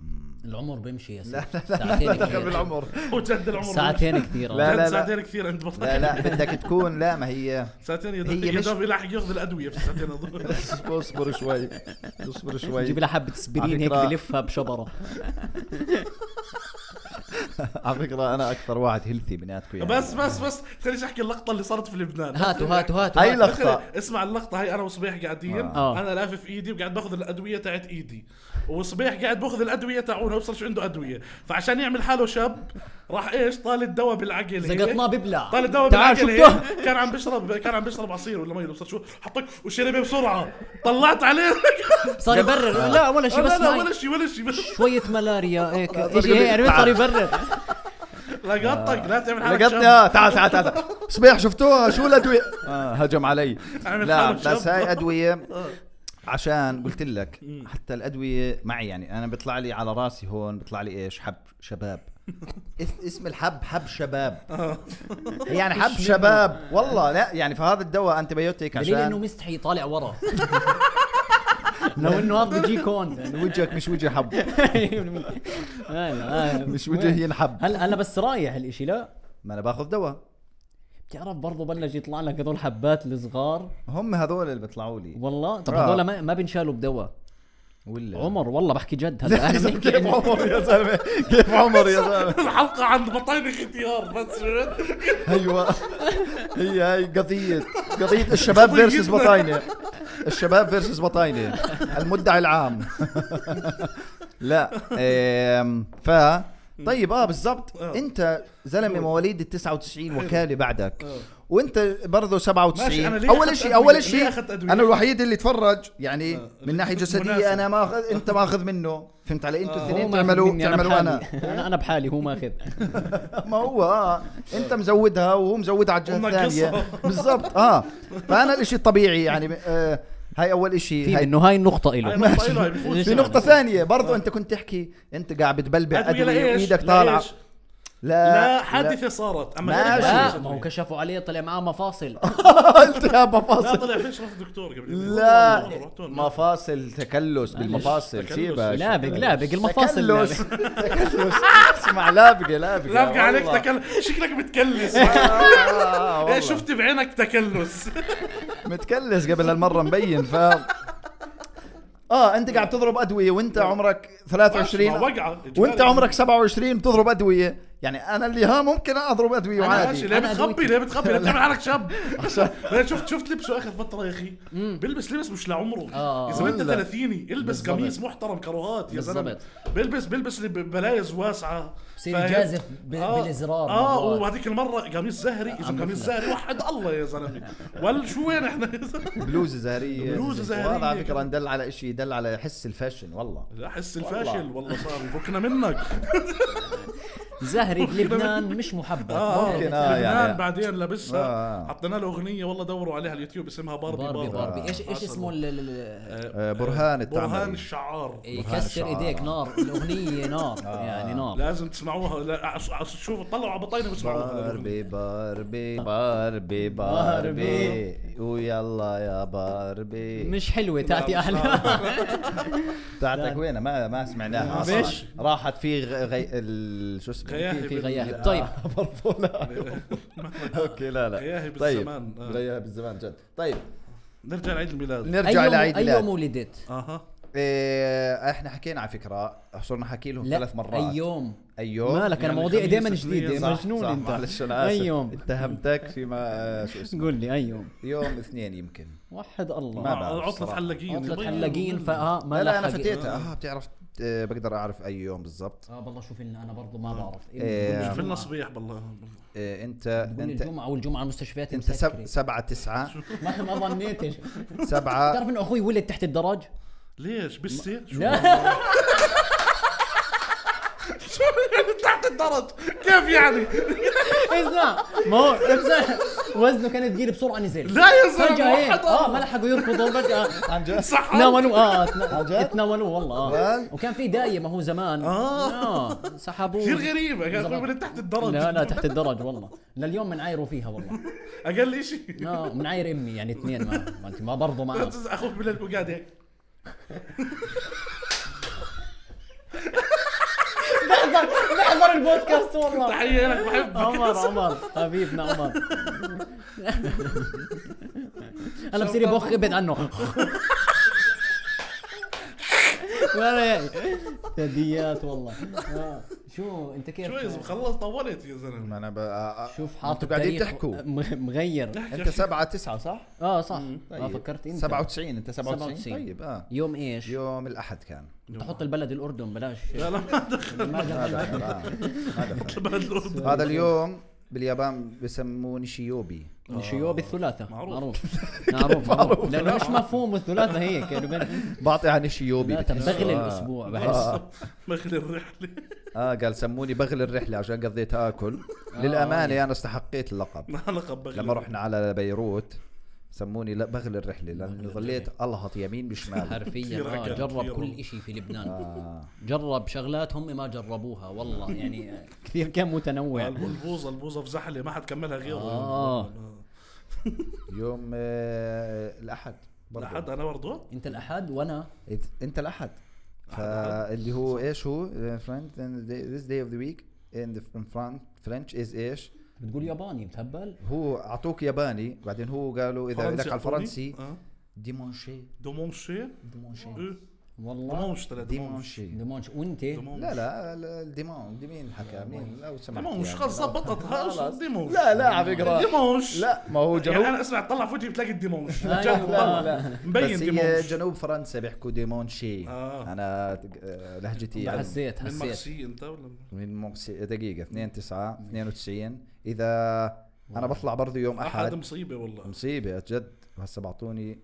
[SPEAKER 2] العمر بيمشي يا
[SPEAKER 3] لا
[SPEAKER 2] سيدي
[SPEAKER 3] لا لا
[SPEAKER 2] ساعتين
[SPEAKER 3] لا دخل
[SPEAKER 2] كثير
[SPEAKER 3] بالعمر
[SPEAKER 1] هو جد العمر
[SPEAKER 2] ساعتين كثير آه.
[SPEAKER 3] لا،
[SPEAKER 1] لا
[SPEAKER 3] لا،
[SPEAKER 1] لا
[SPEAKER 3] لا.
[SPEAKER 1] ساعتين كثير عند بطل
[SPEAKER 3] لا لا بدك تكون لا ما هي
[SPEAKER 1] ساعتين يا
[SPEAKER 3] هي
[SPEAKER 1] دوب- يا
[SPEAKER 3] مش-
[SPEAKER 1] دوب يلحق ياخذ الادويه في الساعتين هذول
[SPEAKER 3] اصبر شوي اصبر شوي
[SPEAKER 2] جيب لها حبه سبرين هيك
[SPEAKER 3] على فكرة-
[SPEAKER 2] بلفها بشبره
[SPEAKER 3] على فكره انا اكثر واحد هيلثي بيناتكم يعني
[SPEAKER 1] بس بس بس خليني احكي اللقطه اللي صارت في لبنان
[SPEAKER 2] هاتوا هاتوا هاتوا
[SPEAKER 3] هاي
[SPEAKER 2] هاتوا.
[SPEAKER 3] لقطه
[SPEAKER 1] دخل- اسمع اللقطه هاي انا وصبيح قاعدين
[SPEAKER 2] آه.
[SPEAKER 1] انا لافف ايدي وقاعد باخذ الادويه تاعت ايدي وصبيح قاعد باخذ الادويه تاعونه وصل شو عنده ادويه فعشان يعمل حاله شاب راح ايش طال الدواء بالعقل هيك.
[SPEAKER 2] زقطناه ببلع
[SPEAKER 1] طال الدواء
[SPEAKER 2] تعال
[SPEAKER 1] بالعقل
[SPEAKER 2] شفتوه.
[SPEAKER 1] هيك. كان عم بيشرب كان عم بيشرب عصير ولا مي وصل شو حطك وشربه بسرعه طلعت عليه
[SPEAKER 2] صار يبرر لا ولا شيء بس
[SPEAKER 1] آه، لا لا
[SPEAKER 2] ماي.
[SPEAKER 1] ولا شيء ولا شيء بس-
[SPEAKER 2] شوية ملاريا هيك اجي
[SPEAKER 3] يقول
[SPEAKER 2] هيك
[SPEAKER 3] لي
[SPEAKER 2] عرفت
[SPEAKER 3] تعال.
[SPEAKER 2] صار يبرر
[SPEAKER 1] لقطك لا تعمل حالك
[SPEAKER 3] لقطني
[SPEAKER 1] شاب
[SPEAKER 3] اه تعال تعال تعال تعال. صبيح شفتوها شو الادويه آه هجم علي
[SPEAKER 1] عامل
[SPEAKER 3] لا
[SPEAKER 1] حاله شاب.
[SPEAKER 3] بس هاي ادويه عشان قلت لك حتى الادويه معي يعني انا بيطلع لي على راسي هون بيطلع لي ايش حب شباب اس- اسم الحب حب شباب يعني حب شباب والله لا يعني فهذا الدواء انتبيوتيك
[SPEAKER 2] دليل انه
[SPEAKER 3] عشان
[SPEAKER 2] مستحي طالع ورا لو انه هذا بيجي كون
[SPEAKER 3] وجهك مش وجه حب مش وجه ينحب
[SPEAKER 2] هلا هلا بس رايح الاشي لا
[SPEAKER 3] ما انا باخذ دواء
[SPEAKER 2] بتعرف برضه بلش يطلع لك هذول حبات الصغار
[SPEAKER 3] هم هذول اللي بيطلعوا لي
[SPEAKER 2] والله طب
[SPEAKER 3] آه.
[SPEAKER 2] هذول ما, ما بنشالوا بدواء
[SPEAKER 3] ولا
[SPEAKER 2] عمر والله بحكي جد هلا احنا بنحكي
[SPEAKER 3] كيف
[SPEAKER 2] إنه-
[SPEAKER 3] عمر يا زلمه كيف عمر يا زلمه
[SPEAKER 1] الحلقه عند بطين اختيار بس شو-
[SPEAKER 3] ايوه هي هاي قضيه قضيه الشباب فيرسز بطاينه الشباب فيرسز بطاينه المدعي العام لا آم، ف آه،
[SPEAKER 1] آه.
[SPEAKER 3] طيب اه بالضبط انت زلمه مواليد ال 99 وكاله بعدك وانت برضه 97
[SPEAKER 1] آه. ماشي، أنا ليه أخذت
[SPEAKER 3] اول شيء
[SPEAKER 1] أدوية؟ ليه
[SPEAKER 3] اول شيء
[SPEAKER 1] أخذت أدوية؟
[SPEAKER 3] انا الوحيد اللي اتفرج يعني
[SPEAKER 1] آه.
[SPEAKER 3] من ناحيه
[SPEAKER 1] مناسب.
[SPEAKER 3] جسديه انا ماخذ انت ماخذ منه فهمت علي انتوا
[SPEAKER 1] آه.
[SPEAKER 3] الاثنين
[SPEAKER 2] ماخذ
[SPEAKER 3] تعملوا
[SPEAKER 2] مني،
[SPEAKER 3] تعملوا انا
[SPEAKER 2] بحالي. انا انا بحالي هو ماخذ
[SPEAKER 3] ما هو اه انت مزودها وهو مزودها على الجهه
[SPEAKER 1] ومنقصها.
[SPEAKER 3] الثانيه بالضبط اه فانا الاشي الطبيعي يعني آه هاي اول
[SPEAKER 2] في
[SPEAKER 3] شيء هاي
[SPEAKER 2] انه إيه، هاي النقطه
[SPEAKER 1] هاي
[SPEAKER 2] له
[SPEAKER 1] نقطة إله، هاي بفوز
[SPEAKER 3] في
[SPEAKER 1] يعني.
[SPEAKER 3] نقطة ثانية برضو انت كنت تحكي انت قاعد بتبلبع
[SPEAKER 1] أدوية
[SPEAKER 3] ادوية
[SPEAKER 1] لإيش؟
[SPEAKER 3] وايدك طالعة
[SPEAKER 1] لإيش؟
[SPEAKER 3] لا
[SPEAKER 1] لا حادثة صارت اما
[SPEAKER 3] ماشي.
[SPEAKER 2] لا
[SPEAKER 1] غير الحادثة
[SPEAKER 2] ما هو
[SPEAKER 1] أدوية.
[SPEAKER 2] كشفوا عليه طلع معاه مفاصل
[SPEAKER 3] التهاب
[SPEAKER 1] لا
[SPEAKER 3] مفاصل
[SPEAKER 1] طلع فيش رحت دكتور قبل يومين.
[SPEAKER 3] لا
[SPEAKER 1] والله رحت هون.
[SPEAKER 3] مفاصل تكلس بالمفاصل
[SPEAKER 1] تكلس.
[SPEAKER 3] سيبك
[SPEAKER 2] لابق لابق المفاصل
[SPEAKER 3] تكلس
[SPEAKER 2] لابق.
[SPEAKER 3] تكلس اسمع لابقة لابقة
[SPEAKER 1] لابقة عليك
[SPEAKER 3] والله.
[SPEAKER 1] تكل شكلك متكلس
[SPEAKER 3] آه، والله.
[SPEAKER 1] ايه شفت بعينك تكلس
[SPEAKER 3] متكلس قبل هالمره مبين ف اه انت قاعد تضرب ادويه وانت عمرك 23
[SPEAKER 1] ماشي، ما وقعة.
[SPEAKER 3] وانت عمرك 27 بتضرب ادويه يعني انا اللي ها ممكن اضرب ادويه
[SPEAKER 2] أنا
[SPEAKER 1] ماشي
[SPEAKER 3] وعادي
[SPEAKER 1] ليه
[SPEAKER 2] أنا
[SPEAKER 1] بتخبي
[SPEAKER 2] أدويتي.
[SPEAKER 1] ليه بتخبي ليه بتعمل حالك شاب ليه شفت شفت لبسه اخر فتره يا اخي بيلبس لبس مش لعمره
[SPEAKER 2] آه.
[SPEAKER 1] يا زلمه انت
[SPEAKER 3] ولا.
[SPEAKER 1] ثلاثيني البس
[SPEAKER 2] بالظبط.
[SPEAKER 1] قميص محترم كروات يا زلمه
[SPEAKER 2] بالظبط.
[SPEAKER 1] بيلبس بيلبس لي ب- بلايز واسعه
[SPEAKER 2] بصير
[SPEAKER 1] فاهم؟
[SPEAKER 2] يجازف ب- بالإزرار
[SPEAKER 1] اه
[SPEAKER 2] مرات.
[SPEAKER 1] وهذيك المره قميص زهري اذا
[SPEAKER 2] عم
[SPEAKER 1] قميص
[SPEAKER 2] بفلح.
[SPEAKER 1] زهري وحد الله يا زلمه ول شو وين احنا
[SPEAKER 3] بلوزه زهريه
[SPEAKER 1] بلوزة زهرية.
[SPEAKER 3] والله على فكره ندل على شيء دل على حس الفاشن والله
[SPEAKER 1] احس الفاشل والله صار فكنا منك
[SPEAKER 2] زهري بلبنان مش محبب
[SPEAKER 1] اه
[SPEAKER 3] ممكن،
[SPEAKER 1] لبنان
[SPEAKER 3] آه، يعني.
[SPEAKER 1] بعدين لبسها
[SPEAKER 3] آه.
[SPEAKER 1] حطينا له اغنيه والله دوروا عليها على اليوتيوب اسمها باربي
[SPEAKER 2] باربي باربي ايش ايش
[SPEAKER 1] عسل.
[SPEAKER 2] اسمه ال- ال- ال-
[SPEAKER 1] آه،
[SPEAKER 3] آه، برهان
[SPEAKER 1] برهان
[SPEAKER 3] التعمري
[SPEAKER 1] الشعار
[SPEAKER 3] آه،
[SPEAKER 2] يكسر
[SPEAKER 3] الشعراء.
[SPEAKER 2] ايديك نار الاغنيه نار
[SPEAKER 3] آه.
[SPEAKER 2] يعني نار
[SPEAKER 1] لازم تسمعوها لا عش- عش- شوفوا طلعوا على بطينه واسمعوها
[SPEAKER 3] باربي باربي باربي باربي ويلا يا باربي
[SPEAKER 2] مش حلوه تاتي احلى
[SPEAKER 3] بتاعتك وين ما ما سمعناها أصلاً.
[SPEAKER 2] فيش.
[SPEAKER 3] راحت في غ- غي... ال... شو اسمه
[SPEAKER 1] غياهب.
[SPEAKER 2] في غياهب
[SPEAKER 3] آه،
[SPEAKER 2] طيب
[SPEAKER 3] برضو لا اوكي لا لا
[SPEAKER 1] غياهي بالزمان، آه.
[SPEAKER 3] طيب غياهي بالزمان جد طيب
[SPEAKER 1] نرجع لعيد الميلاد
[SPEAKER 2] أي
[SPEAKER 3] نرجع
[SPEAKER 2] يوم
[SPEAKER 3] لعيد
[SPEAKER 2] اي يوم
[SPEAKER 3] ميلاد
[SPEAKER 2] ولدت
[SPEAKER 1] اها
[SPEAKER 3] إيه احنا حكينا على فكره صرنا حكي لهم
[SPEAKER 2] لا
[SPEAKER 3] ثلاث مرات
[SPEAKER 2] اي يوم
[SPEAKER 3] اي يوم
[SPEAKER 2] مالك انا
[SPEAKER 1] يعني
[SPEAKER 2] مواضيعي
[SPEAKER 1] خميس
[SPEAKER 2] دائما
[SPEAKER 1] اثنين،
[SPEAKER 2] جديده
[SPEAKER 1] صح،
[SPEAKER 2] مجنون
[SPEAKER 3] صح،
[SPEAKER 2] انت
[SPEAKER 3] معلش انا اسف
[SPEAKER 2] أي يوم.
[SPEAKER 3] اتهمتك فيما آه، شو اسمه
[SPEAKER 2] قول لي اي يوم
[SPEAKER 3] يوم اثنين يمكن
[SPEAKER 2] وحد
[SPEAKER 3] ما
[SPEAKER 2] الله
[SPEAKER 3] بعرف
[SPEAKER 1] عطلة
[SPEAKER 3] صراحة.
[SPEAKER 1] حلاقين
[SPEAKER 2] عطلة حلاقين فاه ما
[SPEAKER 3] لا لا انا
[SPEAKER 2] لحق-
[SPEAKER 3] فتيتها اه بتعرف آه، بقدر اعرف اي يوم بالضبط
[SPEAKER 2] اه والله شوف لنا انا برضه ما بعرف
[SPEAKER 3] إيه.
[SPEAKER 2] إيه
[SPEAKER 1] في لنا صبيح بالله
[SPEAKER 3] آه، انت
[SPEAKER 2] من
[SPEAKER 3] انت
[SPEAKER 2] الجمعه والجمعه المستشفيات
[SPEAKER 3] انت سب-
[SPEAKER 2] مسكرة.
[SPEAKER 3] سبعة تسعة
[SPEAKER 2] ما ما ظنيتش
[SPEAKER 3] سبعة
[SPEAKER 2] بتعرف انه اخوي ولد تحت الدرج؟
[SPEAKER 1] ليش بسي شو
[SPEAKER 2] لا
[SPEAKER 1] شو يعني تحت الدرج كيف يعني
[SPEAKER 2] اسمع ما هو إمزح. وزنه كان ثقيل بسرعه نزل
[SPEAKER 1] لا يا
[SPEAKER 2] فجاه
[SPEAKER 1] زلمه
[SPEAKER 2] هيك
[SPEAKER 1] واحد
[SPEAKER 2] اه ما لحقوا يركضوا فجاه
[SPEAKER 3] عن جد
[SPEAKER 1] صح
[SPEAKER 2] تناولوا اه
[SPEAKER 3] عن
[SPEAKER 2] تنا-
[SPEAKER 3] جد؟
[SPEAKER 2] تناولوه والله اه
[SPEAKER 3] والله؟
[SPEAKER 2] وكان في داية ما هو زمان
[SPEAKER 1] آه.
[SPEAKER 2] اه سحبوه
[SPEAKER 1] كثير غريبة يا اخوي من تحت الدرج
[SPEAKER 2] لا لا تحت الدرج والله لليوم منعايروا فيها والله
[SPEAKER 1] اقل شيء
[SPEAKER 2] اه منعاير امي يعني اثنين ما ما انت ما برضه معاه
[SPEAKER 1] اخوك بالليل وقاعد هيك
[SPEAKER 2] نحضر البودكاست والله
[SPEAKER 1] تحية لك بحبك
[SPEAKER 2] عمر عمر حبيبنا عمر انا بصير بخ ابعد عنه لا لا ثدييات والله آه. شو انت كيف
[SPEAKER 1] شو يا زلمة خلصت طولت يا
[SPEAKER 3] ما
[SPEAKER 1] زلمة
[SPEAKER 3] انا ب... آه، آه،
[SPEAKER 2] شوف
[SPEAKER 3] انتوا
[SPEAKER 2] حاطط
[SPEAKER 3] قاعدين
[SPEAKER 2] تاريخ
[SPEAKER 3] تحكوا
[SPEAKER 2] مغ- مغير
[SPEAKER 1] احكي
[SPEAKER 3] انت سبعة تسعة صح؟
[SPEAKER 2] اه صح ما
[SPEAKER 3] طيب.
[SPEAKER 2] فكرت انت
[SPEAKER 3] 97 انت 97
[SPEAKER 2] 97.
[SPEAKER 3] طيب اه
[SPEAKER 2] يوم ايش؟
[SPEAKER 3] يوم الاحد كان
[SPEAKER 2] تحط البلد الاردن بلاش
[SPEAKER 1] لا لا ما دخل
[SPEAKER 2] ما
[SPEAKER 3] هذا
[SPEAKER 2] دخل.
[SPEAKER 3] كان، آه. هذا كان.
[SPEAKER 1] بعد الأردن
[SPEAKER 3] هذا اليوم باليابان بيسموني شيوبي
[SPEAKER 2] شيوب الثلاثة
[SPEAKER 1] معروف.
[SPEAKER 2] معروف معروف معروف لانه مش مفهوم الثلاثة هيك يعني بين-
[SPEAKER 3] بعطي عن الشيوبي
[SPEAKER 2] لا تنبغل الاسبوع بحس
[SPEAKER 3] آه.
[SPEAKER 1] مخلي الرحلة
[SPEAKER 3] اه قال سموني بغل الرحله عشان قضيت اكل
[SPEAKER 2] آه.
[SPEAKER 3] للامانه انا استحقيت اللقب
[SPEAKER 1] ما لقب بغل
[SPEAKER 3] لما رحنا على بيروت سموني لا بغل الرحله لاني ظليت الهط يمين بشمال
[SPEAKER 2] حرفيا
[SPEAKER 1] كثير
[SPEAKER 2] آه
[SPEAKER 1] أكل، كثير
[SPEAKER 2] جرب
[SPEAKER 1] والله.
[SPEAKER 2] كل شيء في لبنان
[SPEAKER 3] آه.
[SPEAKER 2] جرب شغلات هم ما جربوها والله يعني آه، كثير كان متنوع
[SPEAKER 1] البوظه البوظه في زحله ما حد كملها غيره
[SPEAKER 2] آه.
[SPEAKER 3] يوم آه الاحد برضو.
[SPEAKER 1] لحد انا برضه
[SPEAKER 2] انت الاحد وانا
[SPEAKER 3] إت- انت الاحد فاللي هو ايش هو فرنت ذيس داي اوف ذا ويك ان فرنت فرنش از ايش
[SPEAKER 2] بتقول ياباني متهبل
[SPEAKER 3] هو اعطوك ياباني بعدين هو قالوا اذا بدك على الفرنسي
[SPEAKER 1] آه.
[SPEAKER 3] ديمونشي
[SPEAKER 1] دومونشي
[SPEAKER 3] ديمونشي
[SPEAKER 1] إيه،
[SPEAKER 2] والله
[SPEAKER 1] دومونش ترى دومونش
[SPEAKER 3] ديمونشي
[SPEAKER 2] دمونش وانت
[SPEAKER 1] دومونش.
[SPEAKER 3] لا لا ال- الديمون دي مين حكى مين لو سمحت
[SPEAKER 1] دومونش
[SPEAKER 3] يعني.
[SPEAKER 1] خلص زبطتها
[SPEAKER 3] خلاص.
[SPEAKER 1] أصل دومونش
[SPEAKER 3] لا لا على فكره
[SPEAKER 1] دومونش
[SPEAKER 3] لا ما هو
[SPEAKER 1] يعني
[SPEAKER 3] جنوب
[SPEAKER 1] انا اسمع تطلع في وجهي بتلاقي الديمونش
[SPEAKER 2] لا،
[SPEAKER 1] جد،
[SPEAKER 2] لا،
[SPEAKER 1] والله.
[SPEAKER 3] لا.
[SPEAKER 1] مبين
[SPEAKER 3] بس هي
[SPEAKER 1] ديمونش
[SPEAKER 3] جنوب فرنسا بيحكوا ديمونشي
[SPEAKER 1] آه.
[SPEAKER 3] انا آه، لهجتي علم.
[SPEAKER 2] حسيت
[SPEAKER 1] من
[SPEAKER 2] حسيت
[SPEAKER 1] مكسي انت ولا
[SPEAKER 3] من مقسي دقيقة 2 9 92 إذا انا بطلع برضه يوم
[SPEAKER 1] احد
[SPEAKER 3] احد
[SPEAKER 1] مصيبه والله
[SPEAKER 3] مصيبه جد هسه بعطوني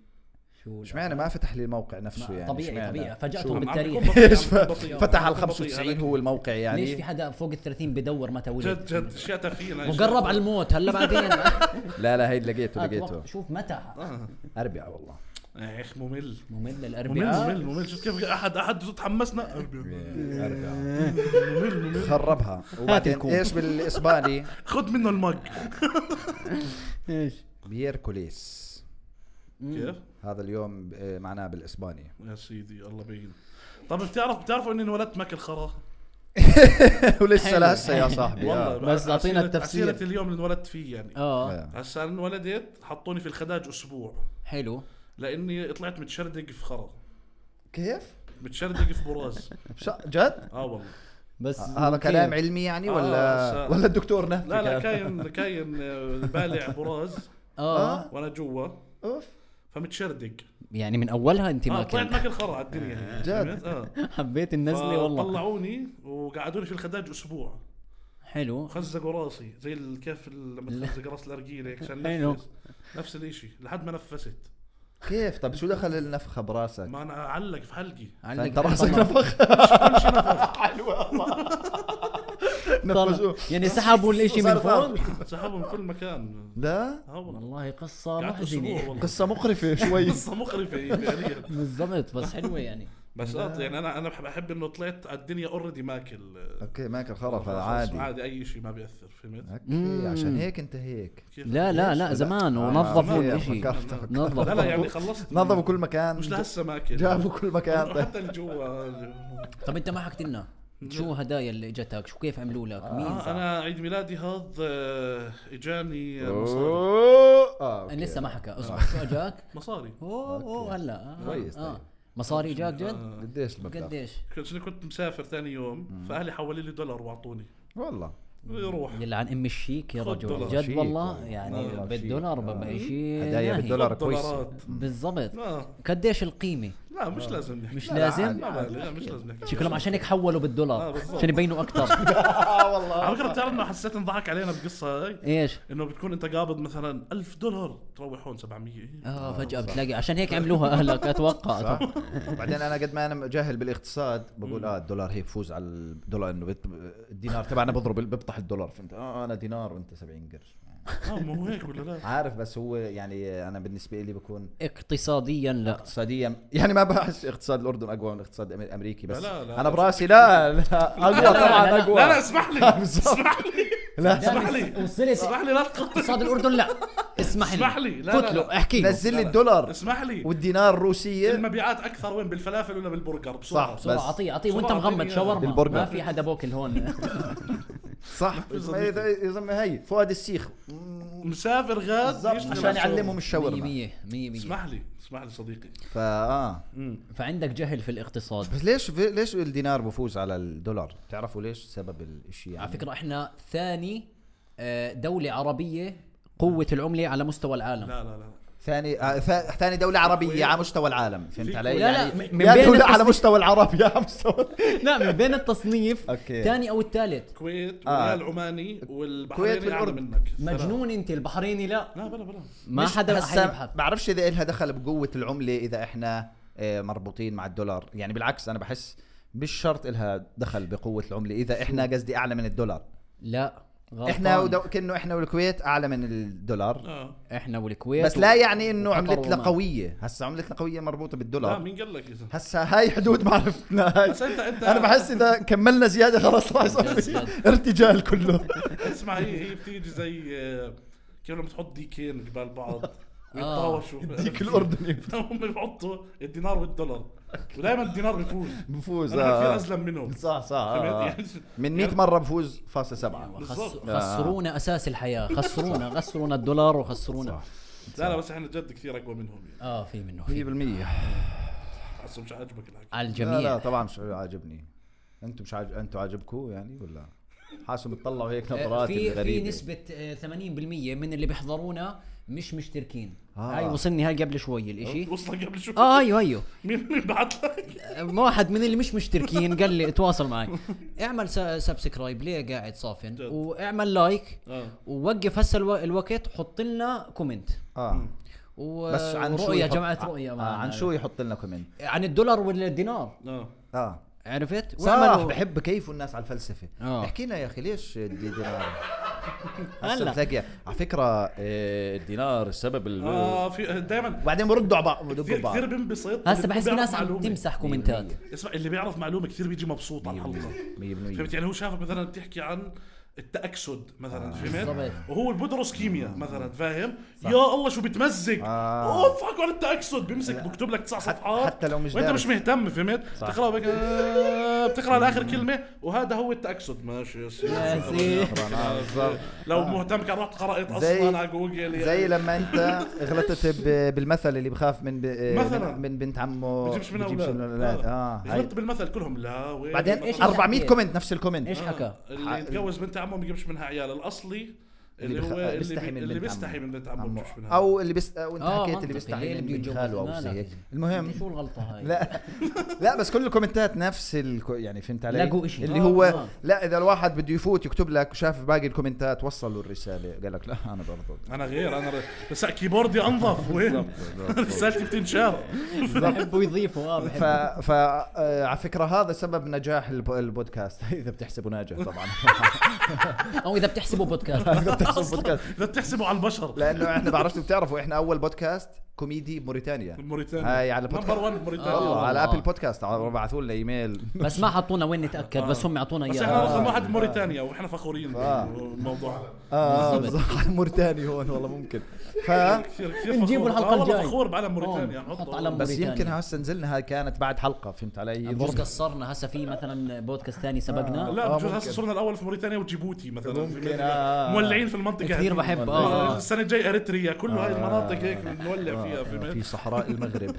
[SPEAKER 2] شو
[SPEAKER 3] اشمعنى ما فتح لي الموقع نفسه يعني
[SPEAKER 2] طبيعي
[SPEAKER 3] إشمعنى؟
[SPEAKER 2] طبيعي
[SPEAKER 3] شو؟
[SPEAKER 2] فاجأتهم
[SPEAKER 1] عم بيكون
[SPEAKER 2] بالتاريخ
[SPEAKER 1] بطيء،
[SPEAKER 3] ايش
[SPEAKER 1] عم بيكون بطيء،
[SPEAKER 3] فتح على
[SPEAKER 1] عم بيكون بطيء
[SPEAKER 3] 95
[SPEAKER 1] عليك.
[SPEAKER 3] هو الموقع يعني
[SPEAKER 2] ليش في حدا فوق ال 30 بدور متى
[SPEAKER 1] جد
[SPEAKER 2] ولد
[SPEAKER 1] جد اشياء تافهين هاي
[SPEAKER 2] وقرب على الموت هلا بعدين
[SPEAKER 3] لا لا هي لقيته لقيته
[SPEAKER 2] أتوقع- شوف متى
[SPEAKER 3] اربعة والله
[SPEAKER 1] يا اخي ممل
[SPEAKER 2] ممل
[SPEAKER 1] ممل
[SPEAKER 2] الاربعاء
[SPEAKER 1] ممل ممل شفت كيف احد احد تحمسنا
[SPEAKER 3] أربعة خربها وبعدين
[SPEAKER 2] الكوب.
[SPEAKER 3] ايش بالاسباني
[SPEAKER 1] خذ منه المج
[SPEAKER 2] ايش
[SPEAKER 3] بيركوليس
[SPEAKER 1] كيف؟
[SPEAKER 3] هذا اليوم ب- آه، معناه بالاسباني
[SPEAKER 1] يا سيدي الله بين طب بتعرف بتعرفوا اني انولدت ماكل خرا
[SPEAKER 3] ولسه
[SPEAKER 2] حلو.
[SPEAKER 3] لهسه يا صاحبي
[SPEAKER 1] والله
[SPEAKER 3] آه.
[SPEAKER 2] بس أعطينا
[SPEAKER 1] عسيرة-
[SPEAKER 2] التفسير.
[SPEAKER 1] عسيرة اليوم اللي انولدت فيه يعني
[SPEAKER 2] اه
[SPEAKER 3] آه.
[SPEAKER 1] هسا انا انولدت حطوني في الخداج اسبوع
[SPEAKER 2] حلو
[SPEAKER 1] لاني طلعت متشردق في خرا
[SPEAKER 3] كيف؟
[SPEAKER 1] متشردق في براز
[SPEAKER 3] بش- جد؟
[SPEAKER 1] اه والله
[SPEAKER 2] بس
[SPEAKER 3] هذا كلام علمي يعني
[SPEAKER 1] آه،
[SPEAKER 3] ولا
[SPEAKER 1] س-
[SPEAKER 3] ولا الدكتور نهدي
[SPEAKER 1] لا لا
[SPEAKER 3] كان؟
[SPEAKER 1] كاين كاين آه، بالع براز
[SPEAKER 2] اه
[SPEAKER 3] اه
[SPEAKER 1] وانا جوا
[SPEAKER 3] اوف
[SPEAKER 1] فمتشردق
[SPEAKER 2] يعني من اولها انت
[SPEAKER 1] اه
[SPEAKER 2] ما
[SPEAKER 1] طلعت
[SPEAKER 2] كنت
[SPEAKER 1] ماكل خرا على الدنيا يعني.
[SPEAKER 3] جد؟
[SPEAKER 1] اه
[SPEAKER 2] حبيت النزله والله
[SPEAKER 1] طلعوني وقعدوني في الخداج اسبوع
[SPEAKER 2] حلو
[SPEAKER 1] خزقوا راسي زي ال- كيف ال- لما تخزق راس الارجيله هيك عشان
[SPEAKER 2] حلو.
[SPEAKER 1] نفس نفس الشيء لحد ما نفست
[SPEAKER 3] كيف؟ طب شو دخل النفخة براسك؟
[SPEAKER 1] ما انا اعلق في حلقي
[SPEAKER 2] علق
[SPEAKER 3] انت راسك نفخ نفخوه
[SPEAKER 2] يعني سحبوا الاشي من
[SPEAKER 3] صار
[SPEAKER 2] فوق
[SPEAKER 1] سحبوا من كل مكان
[SPEAKER 3] لا
[SPEAKER 1] اه والله
[SPEAKER 2] والله قصه
[SPEAKER 1] قعدت اسبوع
[SPEAKER 2] محزنه
[SPEAKER 1] والله
[SPEAKER 3] قصة مقرفة شوي
[SPEAKER 1] قصه مقرفه هي فعليا
[SPEAKER 2] بالضبط بس حلوه يعني
[SPEAKER 1] يعني، بس آه، يعني انا انا بحب- بحب انه طلعت على الدنيا اوريدي ماكل آه،
[SPEAKER 3] اوكي ماكل
[SPEAKER 1] خلاص،
[SPEAKER 3] خرف هذا عادي
[SPEAKER 1] عادي اي شيء ما بياثر فهمت؟
[SPEAKER 3] اوكي عشان هيك انت هيك
[SPEAKER 1] كيف؟
[SPEAKER 2] لا لا لا زمان
[SPEAKER 3] آه،
[SPEAKER 2] ونظفوا
[SPEAKER 3] أوكي،
[SPEAKER 2] الاشي
[SPEAKER 3] فكرت- فكرت.
[SPEAKER 2] نظفوا
[SPEAKER 1] لا لا يعني خلصت
[SPEAKER 3] نظفوا كل مكان
[SPEAKER 1] مش لهسه ماكل
[SPEAKER 3] جابوا كل مكان
[SPEAKER 1] حتى آه، الجوا
[SPEAKER 2] طب انت ما حكت لنا شو هدايا اللي اجتك شو كيف عملوا لك مين
[SPEAKER 1] آه انا عيد ميلادي هذا آه، اجاني مصاري
[SPEAKER 3] أوه. آه، أوكي.
[SPEAKER 2] لسه ما حكى اصبر شو اجاك
[SPEAKER 1] مصاري
[SPEAKER 2] اوه اوه هلا آه،
[SPEAKER 3] كويس
[SPEAKER 2] آه.
[SPEAKER 3] طيب.
[SPEAKER 2] مصاري جاك جد
[SPEAKER 1] آه،
[SPEAKER 3] قديش المبلغ؟
[SPEAKER 2] قديش
[SPEAKER 1] كنت كنت مسافر ثاني يوم فاهلي حولوا لي دولار واعطوني
[SPEAKER 3] والله
[SPEAKER 1] يروح
[SPEAKER 2] يلعن ام الشيك يا
[SPEAKER 1] خد
[SPEAKER 2] رجل
[SPEAKER 1] دولار.
[SPEAKER 2] جد
[SPEAKER 3] شيك
[SPEAKER 2] والله
[SPEAKER 3] والله.
[SPEAKER 2] يعني
[SPEAKER 3] والله
[SPEAKER 2] بالدولار
[SPEAKER 3] شيك.
[SPEAKER 2] ببقى شيء
[SPEAKER 3] هدايا
[SPEAKER 2] ناهي.
[SPEAKER 3] بالدولار كويسة
[SPEAKER 1] دولارات
[SPEAKER 2] بالضبط
[SPEAKER 1] اه
[SPEAKER 2] قديش القيمه
[SPEAKER 1] لا مش لازم نحكي
[SPEAKER 2] مش
[SPEAKER 1] لا،
[SPEAKER 2] لازم؟
[SPEAKER 1] لا عادي، لا مش لازم نحكي
[SPEAKER 2] شكلهم عشان هيك حولوا
[SPEAKER 1] آه،
[SPEAKER 2] بالدولار
[SPEAKER 1] بالضبط.
[SPEAKER 2] عشان يبينوا اكثر
[SPEAKER 3] اه والله
[SPEAKER 1] على فكره بتعرف انه حسيت انضحك علينا بالقصه هاي
[SPEAKER 2] ايش
[SPEAKER 1] انه بتكون انت قابض مثلا 1000 دولار تروح هون إيه؟ 700
[SPEAKER 2] اه فجاه بتلاقي عشان هيك عملوها اهلك اتوقع
[SPEAKER 3] صح بعدين انا قد ما انا جاهل بالاقتصاد بقول اه الدولار هي بفوز على الدولار انه بت- الدينار تبعنا بضرب بيبطح الدولار فانت اه انا دينار وانت 70 قرش
[SPEAKER 1] اه ما هو هيك ولا لا
[SPEAKER 3] عارف بس هو يعني انا بالنسبه لي بكون
[SPEAKER 2] اقتصاديا لا
[SPEAKER 3] اقتصاديا يعني ما بحس اقتصاد الاردن اقوى من الاقتصاد الأم- الامريكي بس
[SPEAKER 1] لا، لا،
[SPEAKER 3] انا
[SPEAKER 1] لا.
[SPEAKER 3] براسي لا لا اقوى
[SPEAKER 2] لا، لا، لا،
[SPEAKER 3] طبعا
[SPEAKER 2] لا.
[SPEAKER 3] اقوى
[SPEAKER 1] لا لا اسمح لي
[SPEAKER 3] آه، بالظبط.
[SPEAKER 1] اسمح لي
[SPEAKER 3] لا
[SPEAKER 1] اسمح لي
[SPEAKER 2] وصلت
[SPEAKER 1] اسمح لي لا تقطع
[SPEAKER 2] اقتصاد الاردن لا اسمح لي
[SPEAKER 1] اسمح لي. لا، لا،
[SPEAKER 2] فتله
[SPEAKER 1] لا.
[SPEAKER 2] احكي له.
[SPEAKER 3] نزل لي الدولار
[SPEAKER 1] اسمح لي
[SPEAKER 3] والدينار الروسية
[SPEAKER 1] المبيعات اكثر وين بالفلافل ولا بالبرجر
[SPEAKER 3] صح.
[SPEAKER 1] بسرعه
[SPEAKER 2] بسرعه
[SPEAKER 3] بس.
[SPEAKER 2] اعطيه اعطيه
[SPEAKER 1] بسرعة
[SPEAKER 2] وانت مغمض
[SPEAKER 1] أعطيني
[SPEAKER 2] شاورما
[SPEAKER 3] بالبرجر.
[SPEAKER 2] ما في حدا بوكل هون
[SPEAKER 3] صح يا
[SPEAKER 1] صديق.
[SPEAKER 3] زلمه هي فؤاد السيخ
[SPEAKER 1] مسافر غاد
[SPEAKER 3] بالضبط
[SPEAKER 1] يشتغل
[SPEAKER 3] عشان
[SPEAKER 1] على
[SPEAKER 3] يعلمهم
[SPEAKER 2] مية
[SPEAKER 3] الشاورما
[SPEAKER 2] مية مية مية
[SPEAKER 1] اسمح لي اسمح لي صديقي
[SPEAKER 3] فاه
[SPEAKER 2] فعندك جهل في الاقتصاد
[SPEAKER 3] بس ليش في ليش الدينار بفوز على الدولار؟ بتعرفوا ليش سبب الشيء يعني؟
[SPEAKER 2] على فكره احنا ثاني آه، دولة عربية قوة العملة على مستوى العالم
[SPEAKER 1] لا لا لا
[SPEAKER 3] ثاني آه ثا- ثاني دولة عربية على مستوى العالم فهمت
[SPEAKER 1] في-
[SPEAKER 3] علي؟
[SPEAKER 2] لا، لا،
[SPEAKER 3] يعني
[SPEAKER 2] من- من
[SPEAKER 3] يا
[SPEAKER 2] بين
[SPEAKER 3] دولة
[SPEAKER 2] التصنيف-
[SPEAKER 3] على مستوى العرب يا على مستوى
[SPEAKER 2] لا من بين التصنيف
[SPEAKER 3] أوكي.
[SPEAKER 2] ثاني او الثالث
[SPEAKER 1] الكويت
[SPEAKER 3] آه.
[SPEAKER 1] والريال العماني والبحريني اعلى
[SPEAKER 3] والأردن.
[SPEAKER 1] منك
[SPEAKER 2] مجنون انت البحريني لا
[SPEAKER 1] لا بلا بلا
[SPEAKER 2] ما
[SPEAKER 3] مش
[SPEAKER 2] حدا
[SPEAKER 3] هسا
[SPEAKER 2] حيبحث
[SPEAKER 3] بعرفش اذا إلها دخل بقوة العملة اذا احنا آه، مربوطين مع الدولار، يعني بالعكس انا بحس مش شرط إلها دخل بقوة العملة اذا احنا قصدي اعلى من الدولار،
[SPEAKER 2] لا غلطان.
[SPEAKER 3] احنا ودو... كأنه احنا والكويت اعلى من الدولار
[SPEAKER 1] اه
[SPEAKER 2] احنا والكويت
[SPEAKER 3] بس
[SPEAKER 2] و-
[SPEAKER 3] لا يعني انه
[SPEAKER 2] وقطر
[SPEAKER 3] عملتنا
[SPEAKER 2] وما.
[SPEAKER 3] قوية، هسا عملتنا قوية مربوطة
[SPEAKER 1] لا
[SPEAKER 3] بالدولار
[SPEAKER 1] مين قال لك إذا؟
[SPEAKER 3] هسا هاي حدود ما عرفنا هاي
[SPEAKER 1] بس انت انت
[SPEAKER 3] انا بحس اذا كملنا زياده خلاص راح يصير في ارتجال كله
[SPEAKER 1] اسمع هي هي بتيجي زي آه، كيف لما تحط ديكين قبال بعض ويتطاوشوا
[SPEAKER 3] آه. ديك الاردني
[SPEAKER 1] هم بيحطوا الدينار والدولار ودائما الدينار بيفوز
[SPEAKER 3] بفوز
[SPEAKER 1] انا كثير
[SPEAKER 3] آه.
[SPEAKER 1] ازلم منهم
[SPEAKER 3] صح صح آه.
[SPEAKER 1] فهمت؟ يعني-
[SPEAKER 3] من 100 مره بفوز فاصلة سبعة
[SPEAKER 2] خس...
[SPEAKER 1] بالضبط.
[SPEAKER 2] خسرونا اساس الحياه خسرونا خسرونا الدولار وخسرونا
[SPEAKER 1] لا لا بس احنا جد كثير اقوى منهم يعني
[SPEAKER 2] اه في منه
[SPEAKER 3] 100%
[SPEAKER 2] في
[SPEAKER 1] حسوا مش عاجبك الحكي
[SPEAKER 2] على
[SPEAKER 3] لا لا
[SPEAKER 2] الجميع
[SPEAKER 3] طبعا مش عاجبني انتم مش عاج... انتم عاجبكم يعني ولا حاسهم بتطلعوا هيك
[SPEAKER 2] آه،
[SPEAKER 3] نظرات
[SPEAKER 2] في في
[SPEAKER 3] غريبه
[SPEAKER 2] نسبة آه، 80% من اللي بيحضرونا مش مشتركين
[SPEAKER 3] آه.
[SPEAKER 2] هاي وصلني هاي قبل شوي
[SPEAKER 3] إيه؟
[SPEAKER 2] الاشي
[SPEAKER 1] وصلك قبل شوي
[SPEAKER 2] اه ايوه ايوه
[SPEAKER 1] مين مين بعت لك؟
[SPEAKER 2] واحد من اللي مش مشتركين قال لي تواصل معي اعمل سبسكرايب ليه قاعد صافن
[SPEAKER 1] جد.
[SPEAKER 2] واعمل لايك
[SPEAKER 1] اه
[SPEAKER 2] ووقف هسه الو... الوقت حط لنا كومنت
[SPEAKER 3] اه
[SPEAKER 2] و...
[SPEAKER 3] بس عن شو
[SPEAKER 2] ورؤية
[SPEAKER 3] يحط-
[SPEAKER 2] جماعة رؤية
[SPEAKER 3] آه عن شو يحط لنا كومنت
[SPEAKER 2] عن الدولار والدينار
[SPEAKER 1] اه
[SPEAKER 3] اه
[SPEAKER 2] عرفت؟
[SPEAKER 3] صح
[SPEAKER 2] واعملوا-
[SPEAKER 3] بحب كيفوا الناس على الفلسفه
[SPEAKER 2] آه.
[SPEAKER 3] احكي لنا يا اخي ليش الدينار هلا
[SPEAKER 2] هلا.
[SPEAKER 3] بتلاقي على فكره إيه، الدينار السبب ال-
[SPEAKER 1] اه في دائما
[SPEAKER 3] وبعدين بردوا على بعض بردوا
[SPEAKER 1] كثير كثير
[SPEAKER 3] بعض
[SPEAKER 1] بنبسط
[SPEAKER 2] هسه بحس
[SPEAKER 1] بيعرف
[SPEAKER 2] الناس عم
[SPEAKER 1] معلومة.
[SPEAKER 2] تمسح كومنتات
[SPEAKER 1] اسمع اللي بيعرف معلومه كثير بيجي مبسوط على الحلقه
[SPEAKER 3] 100%
[SPEAKER 1] فهمت يعني هو شافك مثلا بتحكي عن التأكسد
[SPEAKER 3] آه،
[SPEAKER 1] مثلا فهمت؟
[SPEAKER 2] بالضبط.
[SPEAKER 1] وهو اللي بدرس كيمياء مثلا فاهم؟ يا الله شو بتمزق
[SPEAKER 3] آه.
[SPEAKER 1] اوف حكوا عن التأكسد بيمسك بكتب لك تسع صفحات
[SPEAKER 3] حتى لو مش
[SPEAKER 1] وانت
[SPEAKER 3] دارس.
[SPEAKER 1] مش مهتم فهمت؟ بتقرا هيك آه، بتقرا لاخر كلمه وهذا هو التأكسد ماشي يا سيدي
[SPEAKER 2] يا
[SPEAKER 1] شكراً.
[SPEAKER 2] سيدي.
[SPEAKER 3] طبعاً، آه، بالضبط.
[SPEAKER 1] لو مهتم كان رحت قرأت
[SPEAKER 3] زي-
[SPEAKER 1] اصلا على جوجل يعني.
[SPEAKER 3] زي لما انت غلطت ب- بالمثل اللي بخاف من ب... آه،
[SPEAKER 1] مثلاً.
[SPEAKER 3] من من بنت عمه
[SPEAKER 1] بتجيبش من آه.
[SPEAKER 3] بتجيبش
[SPEAKER 1] اولاد
[SPEAKER 3] من اولاد اه هاي.
[SPEAKER 1] غلطت بالمثل كلهم لا وين
[SPEAKER 3] بعدين
[SPEAKER 1] المثل؟
[SPEAKER 2] إيش
[SPEAKER 3] 400
[SPEAKER 2] حكيت؟
[SPEAKER 3] كومنت نفس الكومنت
[SPEAKER 2] ايش حكى؟
[SPEAKER 1] اللي
[SPEAKER 3] ح-
[SPEAKER 1] يتجوز بنت عمه ما بيجيبش منها عيال الاصلي اللي,
[SPEAKER 3] بخ-
[SPEAKER 1] هو اللي
[SPEAKER 3] آه، بيستحي
[SPEAKER 1] بي-
[SPEAKER 3] من
[SPEAKER 1] اللي
[SPEAKER 3] بنت
[SPEAKER 1] بيستحي
[SPEAKER 3] عمه.
[SPEAKER 1] من بنت عمه ما بيجيبش منها
[SPEAKER 3] او اللي بس وانت
[SPEAKER 2] آه،
[SPEAKER 3] حكيت اللي
[SPEAKER 2] منطقي.
[SPEAKER 3] بيستحي
[SPEAKER 2] ليه
[SPEAKER 3] من
[SPEAKER 2] اللي
[SPEAKER 3] بنت
[SPEAKER 2] بده
[SPEAKER 3] خاله
[SPEAKER 2] يتجوز؟
[SPEAKER 3] او زي هيك
[SPEAKER 2] مالك.
[SPEAKER 3] المهم
[SPEAKER 2] أنت شو الغلطة هاي؟
[SPEAKER 3] لا لا بس كل الكومنتات نفس الكو يعني فهمت علي؟
[SPEAKER 2] لقوا إشي.
[SPEAKER 3] اللي
[SPEAKER 2] آه،
[SPEAKER 3] هو
[SPEAKER 2] آه.
[SPEAKER 3] لا اذا الواحد بده يفوت يكتب لك وشاف باقي الكومنتات وصلوا الرساله قال لك لا انا برضو
[SPEAKER 1] انا غير انا ر- بس كيبوردي انظف وين رسالتي بتنشاف
[SPEAKER 2] بحبوا يضيفوا اه
[SPEAKER 3] ف
[SPEAKER 2] بحبوا
[SPEAKER 3] ف آه، على فكره هذا سبب نجاح الب- البودكاست اذا بتحسبه ناجح طبعا
[SPEAKER 2] او اذا بتحسبوا بودكاست
[SPEAKER 3] اذا بتحسب بودكاست
[SPEAKER 1] اذا بتحسبوا على البشر
[SPEAKER 3] لانه احنا بعرفش بتعرفوا احنا اول بودكاست كوميدي بموريتانيا
[SPEAKER 1] موريتانيا
[SPEAKER 3] هاي يعني على
[SPEAKER 1] نمبر
[SPEAKER 3] بودكاست
[SPEAKER 1] 1 موريتانيا
[SPEAKER 3] والله
[SPEAKER 2] آه.
[SPEAKER 3] على ابل بودكاست بعثوا لنا ايميل
[SPEAKER 2] بس ما حطونا وين نتاكد
[SPEAKER 3] آه.
[SPEAKER 2] بس هم آه. اعطونا
[SPEAKER 1] بس احنا
[SPEAKER 2] اياها
[SPEAKER 1] رقم واحد موريتانيا واحنا فخورين بالموضوع
[SPEAKER 2] آه،
[SPEAKER 3] اه بالضبط على موريتانيا هون والله ممكن ف
[SPEAKER 1] كثير كثير فخور آه،
[SPEAKER 2] نجيبوا الحلقة
[SPEAKER 1] والله
[SPEAKER 2] الجاي.
[SPEAKER 1] فخور بعلم موريتانيا
[SPEAKER 2] آه،
[SPEAKER 1] نحطه.
[SPEAKER 2] نحط علم
[SPEAKER 3] بس
[SPEAKER 2] موريتانيا.
[SPEAKER 3] يمكن هسه نزلنا هاي كانت بعد حلقه فهمت علي
[SPEAKER 2] بس قصرنا هسه في مثلا بودكاست ثاني سبقنا
[SPEAKER 1] لا
[SPEAKER 3] آه،
[SPEAKER 1] بجوز
[SPEAKER 3] ممكن.
[SPEAKER 1] هسه صرنا الاول في موريتانيا وجيبوتي مثلا
[SPEAKER 3] ممكن،
[SPEAKER 1] في-
[SPEAKER 3] آه.
[SPEAKER 1] مولعين في المنطقه
[SPEAKER 2] كثير
[SPEAKER 1] هذه.
[SPEAKER 2] بحب
[SPEAKER 1] آه،
[SPEAKER 2] اه
[SPEAKER 1] السنه الجاي اريتريا كل
[SPEAKER 3] آه.
[SPEAKER 1] هاي المناطق هيك نولع فيها في
[SPEAKER 3] في صحراء المغرب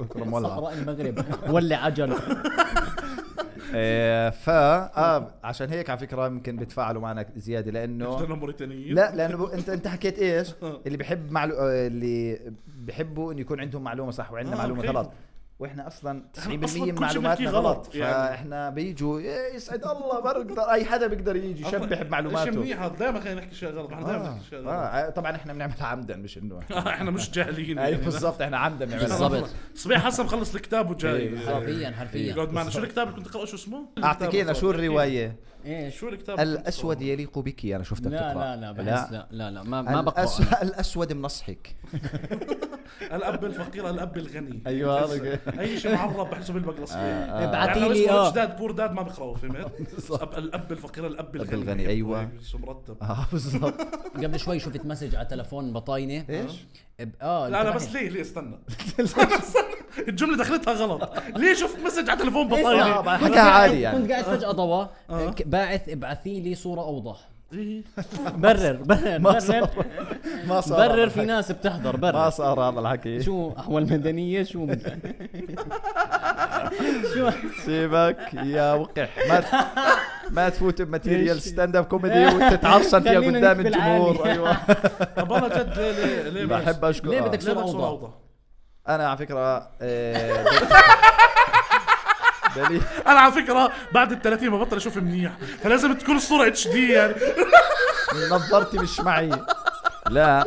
[SPEAKER 3] بكره مولعة.
[SPEAKER 2] صحراء المغرب ولع عجله
[SPEAKER 3] إيه، فا اه عشان هيك على فكره يمكن بيتفاعلوا معنا زياده لانه
[SPEAKER 1] صرنا موريتانيين
[SPEAKER 3] آه. لا لانه ب- انت انت حكيت ايش اللي بحب معلو... آه، اللي بيحبوا انه يكون عندهم معلومه صح وعندنا
[SPEAKER 1] آه،
[SPEAKER 3] معلومه
[SPEAKER 1] بكيفهم.
[SPEAKER 3] غلط واحنا اصلا 90%
[SPEAKER 1] إحنا أصلاً
[SPEAKER 3] من
[SPEAKER 1] كل شي
[SPEAKER 3] معلوماتنا
[SPEAKER 1] بنحكيه غلط،
[SPEAKER 3] غلط
[SPEAKER 1] يعني.
[SPEAKER 3] فاحنا بيجوا إيه، يسعد الله برقدر اي حدا بيقدر يجي يشبح
[SPEAKER 1] شيء
[SPEAKER 3] بمعلوماته
[SPEAKER 1] منيح هذا دائما خلينا نحكي شيء غلط احنا دائما
[SPEAKER 3] آه.
[SPEAKER 1] نحكي شيء غلط
[SPEAKER 3] آه. طبعا احنا بنعملها عمدا مش انه
[SPEAKER 1] احنا مش جاهلين
[SPEAKER 3] ايوه
[SPEAKER 1] يعني.
[SPEAKER 3] بالضبط احنا عمدا بنعملها
[SPEAKER 2] بالضبط.
[SPEAKER 1] صبيح هسه مخلص الكتاب
[SPEAKER 3] إيه،
[SPEAKER 1] وجاي
[SPEAKER 2] حرفيا حرفيا
[SPEAKER 1] يقعد معنا شو الكتاب اللي كنت تقرا شو اسمه؟
[SPEAKER 3] اعطيكينا شو الروايه
[SPEAKER 2] ايش
[SPEAKER 1] شو الكتاب اللي كنت
[SPEAKER 3] الاسود يليق بك انا شفتك
[SPEAKER 2] إيه، لا
[SPEAKER 3] تقرأ.
[SPEAKER 2] لا لا بحس لا لا لا ما ما بقرا
[SPEAKER 3] الأس...
[SPEAKER 2] أنا.
[SPEAKER 3] الاسود منصحك
[SPEAKER 1] تقرأه؟ الاب الفقير الاب الغني
[SPEAKER 3] أيوة، هذا
[SPEAKER 1] اي شيء معرب بحسه بالبقلص
[SPEAKER 2] آه. ابعتي لي،
[SPEAKER 1] اه
[SPEAKER 2] آه.
[SPEAKER 1] داد بور داد ما بقراه فهمت؟ أب- الاب الفقير الاب الغني
[SPEAKER 3] الغني، أيوة.
[SPEAKER 1] هيك شو مرتب
[SPEAKER 2] آه،
[SPEAKER 3] اه بالضبط
[SPEAKER 2] قبل شوي شفت مسج على تلفون بطاينه
[SPEAKER 3] ايش؟
[SPEAKER 2] ب-
[SPEAKER 3] آه،
[SPEAKER 2] اه
[SPEAKER 1] لا لا
[SPEAKER 2] انتبهت.
[SPEAKER 1] بس ليه ليه استنى استنى الجمله دخلتها غلط ليه شفت مسج على تليفون بطاينه
[SPEAKER 3] آه، حكاها عادي يعني
[SPEAKER 2] كنت قاعد فجاه ضوء
[SPEAKER 1] آه.
[SPEAKER 2] ك- باعث ابعثي لي صوره اوضح
[SPEAKER 1] إيه.
[SPEAKER 2] برر برر
[SPEAKER 3] ما صار.
[SPEAKER 2] برر
[SPEAKER 3] ما صار هذا
[SPEAKER 2] برر في
[SPEAKER 3] الحكي.
[SPEAKER 2] ناس بتحضر
[SPEAKER 3] ما
[SPEAKER 2] برر
[SPEAKER 3] صار هذا الحكي
[SPEAKER 2] شو احوال مدنيه شو مد- شو
[SPEAKER 3] سيبك يا وقح ما ت... ما تفوت بماتيريال
[SPEAKER 2] إيش؟
[SPEAKER 3] ستاند اب كوميدي وتتعرصن فيها
[SPEAKER 2] خلينا
[SPEAKER 3] قدام
[SPEAKER 2] نحكي
[SPEAKER 3] الجمهور
[SPEAKER 2] بالعالي.
[SPEAKER 3] ايوه
[SPEAKER 1] طب انا جد ليه ليه ليه بس-
[SPEAKER 3] بحب اشكر
[SPEAKER 2] ليه
[SPEAKER 3] آه.
[SPEAKER 2] بدك-
[SPEAKER 1] ليه بدك صورة
[SPEAKER 2] أوضاع.
[SPEAKER 1] أوضاع؟
[SPEAKER 3] انا على فكره آه، دليل
[SPEAKER 1] انا على فكره بعد ال 30 ببطل اشوف منيح فلازم تكون الصوره اتش دي يعني
[SPEAKER 3] نظرتي مش معي لا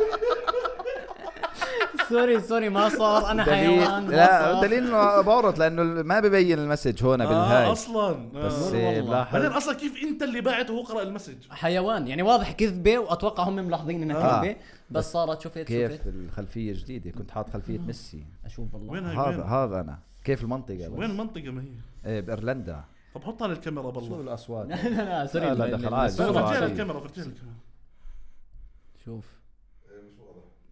[SPEAKER 2] سوري سوري ما صار انا حيوان
[SPEAKER 3] دليل
[SPEAKER 2] ما
[SPEAKER 3] لا
[SPEAKER 2] صار.
[SPEAKER 3] دليل انه بورط لانه ما ببين المسج هون
[SPEAKER 1] آه
[SPEAKER 3] بالهاي
[SPEAKER 1] اصلا
[SPEAKER 3] بس
[SPEAKER 1] آه.
[SPEAKER 2] والله.
[SPEAKER 3] لاحظ
[SPEAKER 1] بعدين اصلا كيف انت اللي باعت وهو قرا المسج
[SPEAKER 2] حيوان يعني واضح كذبه واتوقع هم ملاحظين انها
[SPEAKER 3] آه.
[SPEAKER 2] كذبه بس صارت شفت
[SPEAKER 3] كيف
[SPEAKER 2] شفت
[SPEAKER 3] الخلفيه جديده كنت حاط خلفيه ميسي
[SPEAKER 2] اشوف والله
[SPEAKER 1] وين هاي
[SPEAKER 3] هذا
[SPEAKER 1] آه. طيب، وين
[SPEAKER 3] هذا انا كيف المنطقه
[SPEAKER 1] وين
[SPEAKER 3] بس
[SPEAKER 1] المنطقه ما هي
[SPEAKER 3] إيه بايرلندا
[SPEAKER 1] طب حطها للكاميرا
[SPEAKER 3] شوف
[SPEAKER 1] بالله
[SPEAKER 3] الاصوات
[SPEAKER 2] لا لا سوري
[SPEAKER 3] لا، لا،
[SPEAKER 2] ال-
[SPEAKER 3] دخل
[SPEAKER 2] ال-
[SPEAKER 3] عادي.
[SPEAKER 2] الصورة.
[SPEAKER 3] شوف
[SPEAKER 1] فرجيها
[SPEAKER 3] عادي.
[SPEAKER 1] للكاميرا فرجيها للكاميرا
[SPEAKER 2] شوف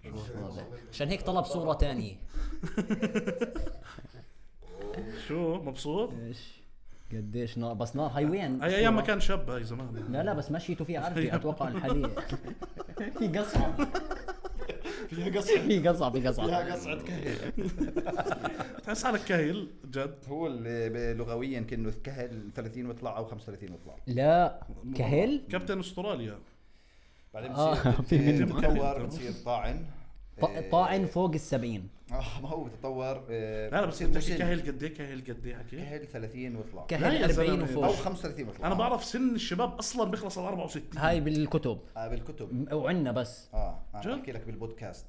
[SPEAKER 2] شوف إيه، واضح. عشان هيك طلب صورة تانية
[SPEAKER 1] شو مبسوط؟
[SPEAKER 2] ايش قديش نار بس نار هاي وين؟
[SPEAKER 1] هاي ايام ما كان شاب هاي زمان
[SPEAKER 2] لا لا بس مشيتوا فيها عرفي اتوقع الحالية في قصعة
[SPEAKER 1] فيها قصعه
[SPEAKER 2] في قصعة في قصعة
[SPEAKER 1] قصعه كهل تحس حالك كهل جد
[SPEAKER 3] هو اللي لغويا كانه كهل 30 وطلع او 35 وطلع
[SPEAKER 2] لا كهل؟
[SPEAKER 1] كابتن استراليا
[SPEAKER 3] بعدين
[SPEAKER 2] آه، بتصير- في
[SPEAKER 1] منه. بتتكور،
[SPEAKER 3] بتصير طاعن
[SPEAKER 2] ط- طاعن فوق السبعين
[SPEAKER 3] اه ما هو تطور آه،
[SPEAKER 1] لا لا بس
[SPEAKER 3] بصير
[SPEAKER 1] انت
[SPEAKER 3] مسن.
[SPEAKER 1] كاهل قد ايه كاهل قد ايه حكي
[SPEAKER 3] كاهل 30 واطلع
[SPEAKER 1] لا
[SPEAKER 2] كهل
[SPEAKER 1] يا
[SPEAKER 2] 40
[SPEAKER 1] زلمة.
[SPEAKER 3] او
[SPEAKER 2] وفوق
[SPEAKER 3] 35 واطلع
[SPEAKER 1] انا بعرف سن الشباب اصلا بيخلص على 64
[SPEAKER 2] هاي بالكتب
[SPEAKER 3] آه بالكتب
[SPEAKER 2] م- وعنا بس
[SPEAKER 3] اه انا
[SPEAKER 1] جد؟
[SPEAKER 3] بحكي لك بالبودكاست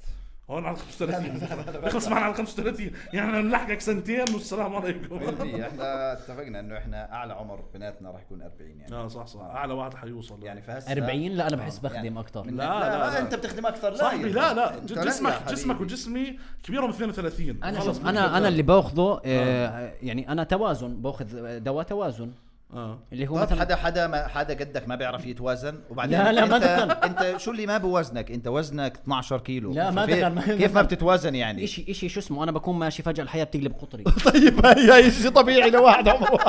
[SPEAKER 1] هون على 35 بيخلص معنا على 35 يعني أنا بنلحقك سنتين والسلام عليكم
[SPEAKER 3] 100% احنا إيه، اتفقنا انه احنا اعلى عمر بناتنا راح يكون 40 يعني
[SPEAKER 1] اه صح صح اعلى واحد حيوصل
[SPEAKER 3] يعني فهسه
[SPEAKER 2] 40 لا انا بحس
[SPEAKER 3] يعني
[SPEAKER 2] بخدم اكثر
[SPEAKER 3] من-
[SPEAKER 1] لا، لا، لا.
[SPEAKER 3] انت بتخدم اكثر لا
[SPEAKER 1] صاحبي
[SPEAKER 3] يا
[SPEAKER 1] لا لا
[SPEAKER 3] أخي.
[SPEAKER 1] ج-
[SPEAKER 3] أنت يعني. يا
[SPEAKER 1] جسمك
[SPEAKER 3] حبيبي.
[SPEAKER 1] جسمك وجسمي كبيرهم 32
[SPEAKER 2] انا
[SPEAKER 1] خلص
[SPEAKER 2] شوف
[SPEAKER 1] بدك
[SPEAKER 2] انا انا
[SPEAKER 1] تبدأ.
[SPEAKER 2] اللي باخذه آه، يعني انا توازن باخذ دواء توازن
[SPEAKER 1] اه
[SPEAKER 2] اللي هو
[SPEAKER 3] طب
[SPEAKER 2] مثلا
[SPEAKER 3] طيب، حدا حدا ما حدا قدك ما بيعرف يتوازن وبعدين
[SPEAKER 2] لا، لا، ما
[SPEAKER 3] انت انت شو اللي ما بوزنك انت وزنك 12 كيلو
[SPEAKER 2] لا، ما
[SPEAKER 3] ففي-
[SPEAKER 2] دخل، ما-
[SPEAKER 3] كيف ما بتتوازن يعني
[SPEAKER 2] اشي اشي شو اسمه انا بكون ماشي فجاه الحياه بتقلب قطري
[SPEAKER 3] طيب هي هي شيء طبيعي لواحد عمره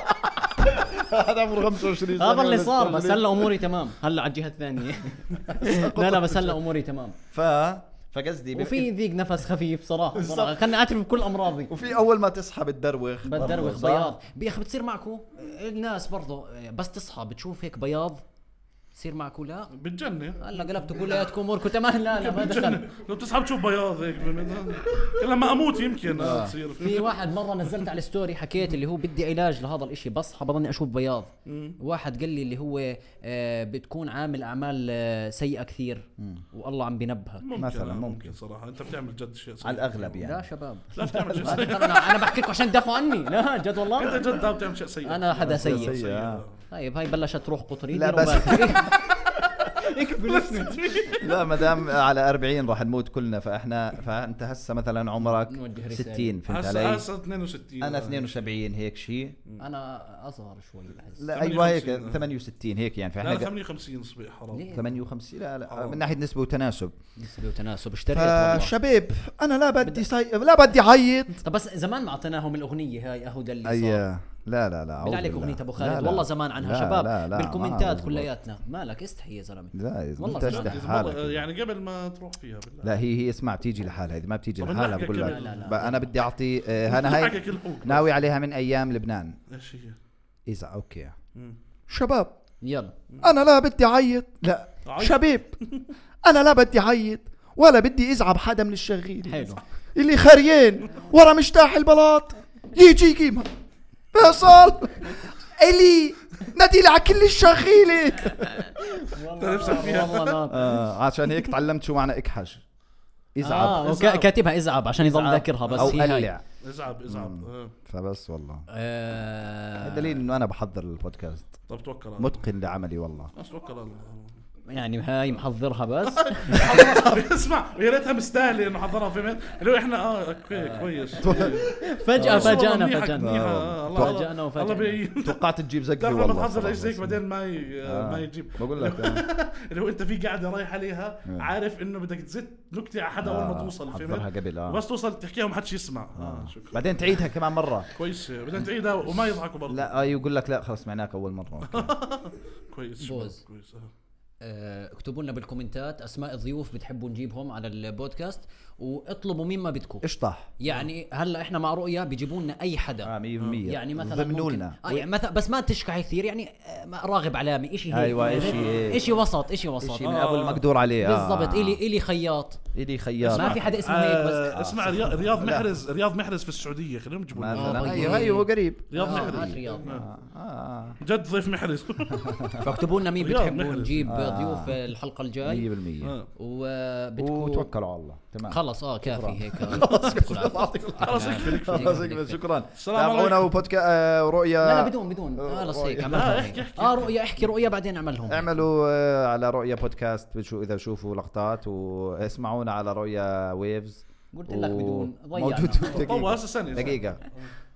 [SPEAKER 3] هذا عمره 25
[SPEAKER 2] هذا اللي صار بس هلا اموري تمام هلا على الجهه الثانيه لا لا بس هلا اموري تمام
[SPEAKER 3] ف فقصدي بف-
[SPEAKER 2] وفي ذيق نفس خفيف صراحه
[SPEAKER 3] بالضبط.
[SPEAKER 2] صراحه خليني اعترف بكل امراضي
[SPEAKER 3] وفي اول ما تصحى بتدروخ
[SPEAKER 2] بتدروخ
[SPEAKER 3] صح؟
[SPEAKER 2] بياض يا اخي بتصير معكم الناس برضه بس تصحى بتشوف هيك بياض تصير معكم لا
[SPEAKER 1] بتجنن
[SPEAKER 2] هلا قلبتوا كلياتكم اموركم تمام لا لا ما دخل
[SPEAKER 1] بتجنن لو بتسحب تشوف بياض هيك من- لما اموت يمكن آه، تصير
[SPEAKER 2] في واحد مره نزلت على الستوري حكيت اللي هو بدي علاج لهذا الاشي بصحى بضلني اشوف بياض واحد قال لي اللي هو آه، بتكون عامل اعمال آه، سيئه كثير والله عم بنبهك
[SPEAKER 1] ممكن
[SPEAKER 3] مثلاً،
[SPEAKER 1] آه،
[SPEAKER 3] ممكن.
[SPEAKER 1] صراحه انت بتعمل جد شيء
[SPEAKER 3] على الاغلب
[SPEAKER 2] لا
[SPEAKER 3] يعني
[SPEAKER 2] شباب
[SPEAKER 1] لا بتعمل شيء سيء
[SPEAKER 2] انا أنا بحكي لكم عشان تدافعوا عني لا جد
[SPEAKER 1] انت
[SPEAKER 2] والله
[SPEAKER 1] جد بتعمل شيء سيء
[SPEAKER 2] انا حدا سيء
[SPEAKER 3] سيء، آه.
[SPEAKER 2] طيب هاي بلشت تروح قطري
[SPEAKER 3] لا،
[SPEAKER 2] ديروا
[SPEAKER 3] بس-
[SPEAKER 2] بالكم.
[SPEAKER 3] إيه لا ما دام على 40 راح نموت كلنا فاحنا فانت هسه مثلا عمرك
[SPEAKER 2] نوجه رسالة.
[SPEAKER 3] 60 فهمت
[SPEAKER 1] هسه
[SPEAKER 3] علي؟
[SPEAKER 1] هسه 62
[SPEAKER 3] انا 72 هيك شيء
[SPEAKER 2] انا اصغر شوي بحس
[SPEAKER 3] لا ايوه هيك
[SPEAKER 1] 58.
[SPEAKER 3] 68 هيك يعني
[SPEAKER 1] لا
[SPEAKER 3] فاحنا
[SPEAKER 1] لا،
[SPEAKER 3] ق-
[SPEAKER 1] 58 صبي حرام
[SPEAKER 2] ليه؟
[SPEAKER 3] 58 لا لا
[SPEAKER 1] آه.
[SPEAKER 3] من ناحيه نسبه وتناسب
[SPEAKER 2] نسبة وتناسب اشتريت والله
[SPEAKER 3] فالشباب انا لا بدي صي... لا بدي عيط
[SPEAKER 2] طب بس زمان ما اعطيناهم الاغنيه هاي اهو ده اللي صار
[SPEAKER 3] اي لا لا لا أعوذ
[SPEAKER 2] بالله عليك
[SPEAKER 3] بالله.
[SPEAKER 2] اغنيه ابو
[SPEAKER 3] لا
[SPEAKER 2] خالد
[SPEAKER 3] لا.
[SPEAKER 2] والله زمان عنها
[SPEAKER 3] لا
[SPEAKER 2] شباب
[SPEAKER 3] لا لا ما
[SPEAKER 2] بالكومنتات
[SPEAKER 3] أعوذ بالله.
[SPEAKER 2] كلياتنا مالك استحي يا زلمه
[SPEAKER 3] لا يا زلمه
[SPEAKER 2] والله
[SPEAKER 3] انت
[SPEAKER 2] زمان.
[SPEAKER 3] اشدح حالك
[SPEAKER 1] يعني قبل ما تروح فيها بالله
[SPEAKER 3] لا هي هي اسمع بتيجي لحالها اذا ما بتيجي
[SPEAKER 1] طب
[SPEAKER 3] لحالها
[SPEAKER 1] نحكي
[SPEAKER 3] بقول لك
[SPEAKER 1] كمان. لا،
[SPEAKER 2] لا.
[SPEAKER 3] بقى انا بدي اعطي آه، انا هاي
[SPEAKER 1] حقك الحوق
[SPEAKER 3] ناوي عليها من ايام لبنان
[SPEAKER 1] ايش هي؟
[SPEAKER 3] اذا اوكي
[SPEAKER 1] مم.
[SPEAKER 3] شباب
[SPEAKER 2] يلا
[SPEAKER 3] انا لا بدي اعيط لا
[SPEAKER 1] عيط.
[SPEAKER 3] شباب انا لا بدي اعيط ولا بدي ازعب حدا من الشغيل
[SPEAKER 2] حلو
[SPEAKER 3] اللي خريان ورا مشتاح البلاط يجي قيمة فيصل الي نادي على كل الشغيلة
[SPEAKER 1] انت نفسك فيها
[SPEAKER 2] والله لا
[SPEAKER 3] آه عشان هيك تعلمت شو معنى اكحش
[SPEAKER 2] ازعب
[SPEAKER 1] إزعاب.
[SPEAKER 2] كاتبها ازعب عشان يضل
[SPEAKER 3] إزعاب
[SPEAKER 2] ذاكرها آه، بس
[SPEAKER 3] او
[SPEAKER 2] هي هاي
[SPEAKER 3] قلع
[SPEAKER 1] ازعب ازعب آه.
[SPEAKER 3] فبس والله
[SPEAKER 2] آه،
[SPEAKER 3] الدليل انه انا بحضر البودكاست
[SPEAKER 1] طب توكل على الله
[SPEAKER 3] متقن لعملي والله
[SPEAKER 1] بس توكل على الله
[SPEAKER 2] يعني هاي محضرها بس
[SPEAKER 1] اسمع يا ريتها مستاهله انه حضرها فهمت اللي هو احنا اه
[SPEAKER 3] آه.
[SPEAKER 1] اوكي كويس
[SPEAKER 2] فجأة
[SPEAKER 1] والله
[SPEAKER 2] فاجأنا
[SPEAKER 1] منيحة،
[SPEAKER 2] فاجأنا
[SPEAKER 1] منيحة. آه، الله- الله-
[SPEAKER 2] فاجأنا وفاجأنا.
[SPEAKER 1] الله بي-
[SPEAKER 3] توقعت تجيب زقي
[SPEAKER 1] دائما
[SPEAKER 3] والله
[SPEAKER 1] بتحضر
[SPEAKER 3] صراحة.
[SPEAKER 1] ايش زيك بعدين ما ي...
[SPEAKER 3] آه.
[SPEAKER 1] ما يجيب
[SPEAKER 3] بقول لك آه.
[SPEAKER 1] اللي هو انت في قاعده رايح عليها
[SPEAKER 3] آه.
[SPEAKER 1] عارف انه بدك تزت نكته على حدا اول ما
[SPEAKER 3] آه،
[SPEAKER 1] توصل
[SPEAKER 3] حضرها
[SPEAKER 1] فهمت
[SPEAKER 3] قبل اه
[SPEAKER 1] بس توصل تحكيها وما حدش يسمع اه شكرا
[SPEAKER 3] بعدين تعيدها كمان مره
[SPEAKER 1] كويس بدنا تعيدها وما يضحكوا برضه
[SPEAKER 3] لا آه، يقول لك لا خلص سمعناك اول مره أوكي.
[SPEAKER 1] كويس شباب،
[SPEAKER 2] بوز.
[SPEAKER 1] كويس آه.
[SPEAKER 2] آه، اكتبوا لنا بالكومنتات اسماء ضيوف بتحبوا نجيبهم على البودكاست واطلبوا مين ما بدكم
[SPEAKER 3] اشطح
[SPEAKER 2] يعني هلا احنا مع رؤيا بيجيبوا لنا اي حدا
[SPEAKER 3] اه 100% يعني
[SPEAKER 2] يعني مثلا
[SPEAKER 3] ضمنوا
[SPEAKER 2] ممكن-
[SPEAKER 3] لنا
[SPEAKER 2] آه يعني مثلا بس ما تشكحي كثير يعني آه، ما- راغب علامي شيء هيك
[SPEAKER 3] أيوة، إشي هيك.
[SPEAKER 2] شيء وسط شيء وسط
[SPEAKER 3] شيء
[SPEAKER 2] شيء
[SPEAKER 3] من
[SPEAKER 1] آه.
[SPEAKER 3] ابو المقدور عليه آه.
[SPEAKER 2] بالضبط الي الي خياط
[SPEAKER 3] الي خيار
[SPEAKER 2] ما في حدا اسمه هيك بس
[SPEAKER 1] آه، اسمع رياض رياض محرز رياض محرز في السعوديه خليهم يجيبوا لنا.
[SPEAKER 2] آه،
[SPEAKER 3] مثلا
[SPEAKER 2] بيي.
[SPEAKER 3] ايوه ايوه قريب
[SPEAKER 1] رياض
[SPEAKER 2] آه،
[SPEAKER 1] محرز
[SPEAKER 2] هات رياض.
[SPEAKER 1] آه.
[SPEAKER 3] اه
[SPEAKER 1] جد ضيف محرز
[SPEAKER 2] فاكتبوا لنا مين
[SPEAKER 1] رياض
[SPEAKER 2] بتحبوا
[SPEAKER 1] محرز.
[SPEAKER 2] نجيب
[SPEAKER 3] آه.
[SPEAKER 2] ضيوف الحلقه
[SPEAKER 3] 100%
[SPEAKER 2] الجاي
[SPEAKER 1] آه.
[SPEAKER 2] وبتكون
[SPEAKER 3] وتوكلوا على الله تمام
[SPEAKER 2] خلص اه كافي هيك
[SPEAKER 1] خلص
[SPEAKER 3] آه،
[SPEAKER 1] اكفي اكفي
[SPEAKER 3] خلاص اكمل شكرا
[SPEAKER 1] السلام عليكم.
[SPEAKER 3] تابعونا وبودكاست
[SPEAKER 2] لا لا
[SPEAKER 3] رؤيا
[SPEAKER 2] بدون بدون
[SPEAKER 3] آه،
[SPEAKER 2] خلص
[SPEAKER 3] رؤيا.
[SPEAKER 2] هيك
[SPEAKER 1] آه،
[SPEAKER 2] عملها
[SPEAKER 1] احكي،
[SPEAKER 2] هيك.
[SPEAKER 1] احكي،
[SPEAKER 2] اه رؤيا احكي رؤيا بعدين اعملهم
[SPEAKER 3] اعملوا آه، على رؤيا بودكاست بتشو اذا شوفوا لقطات واسمعونا على رؤيا ويفز
[SPEAKER 2] قلت لك بدون ضيعنا.
[SPEAKER 3] موجود
[SPEAKER 1] طوى
[SPEAKER 3] دقيقة
[SPEAKER 1] هسه سنه
[SPEAKER 3] دقيقة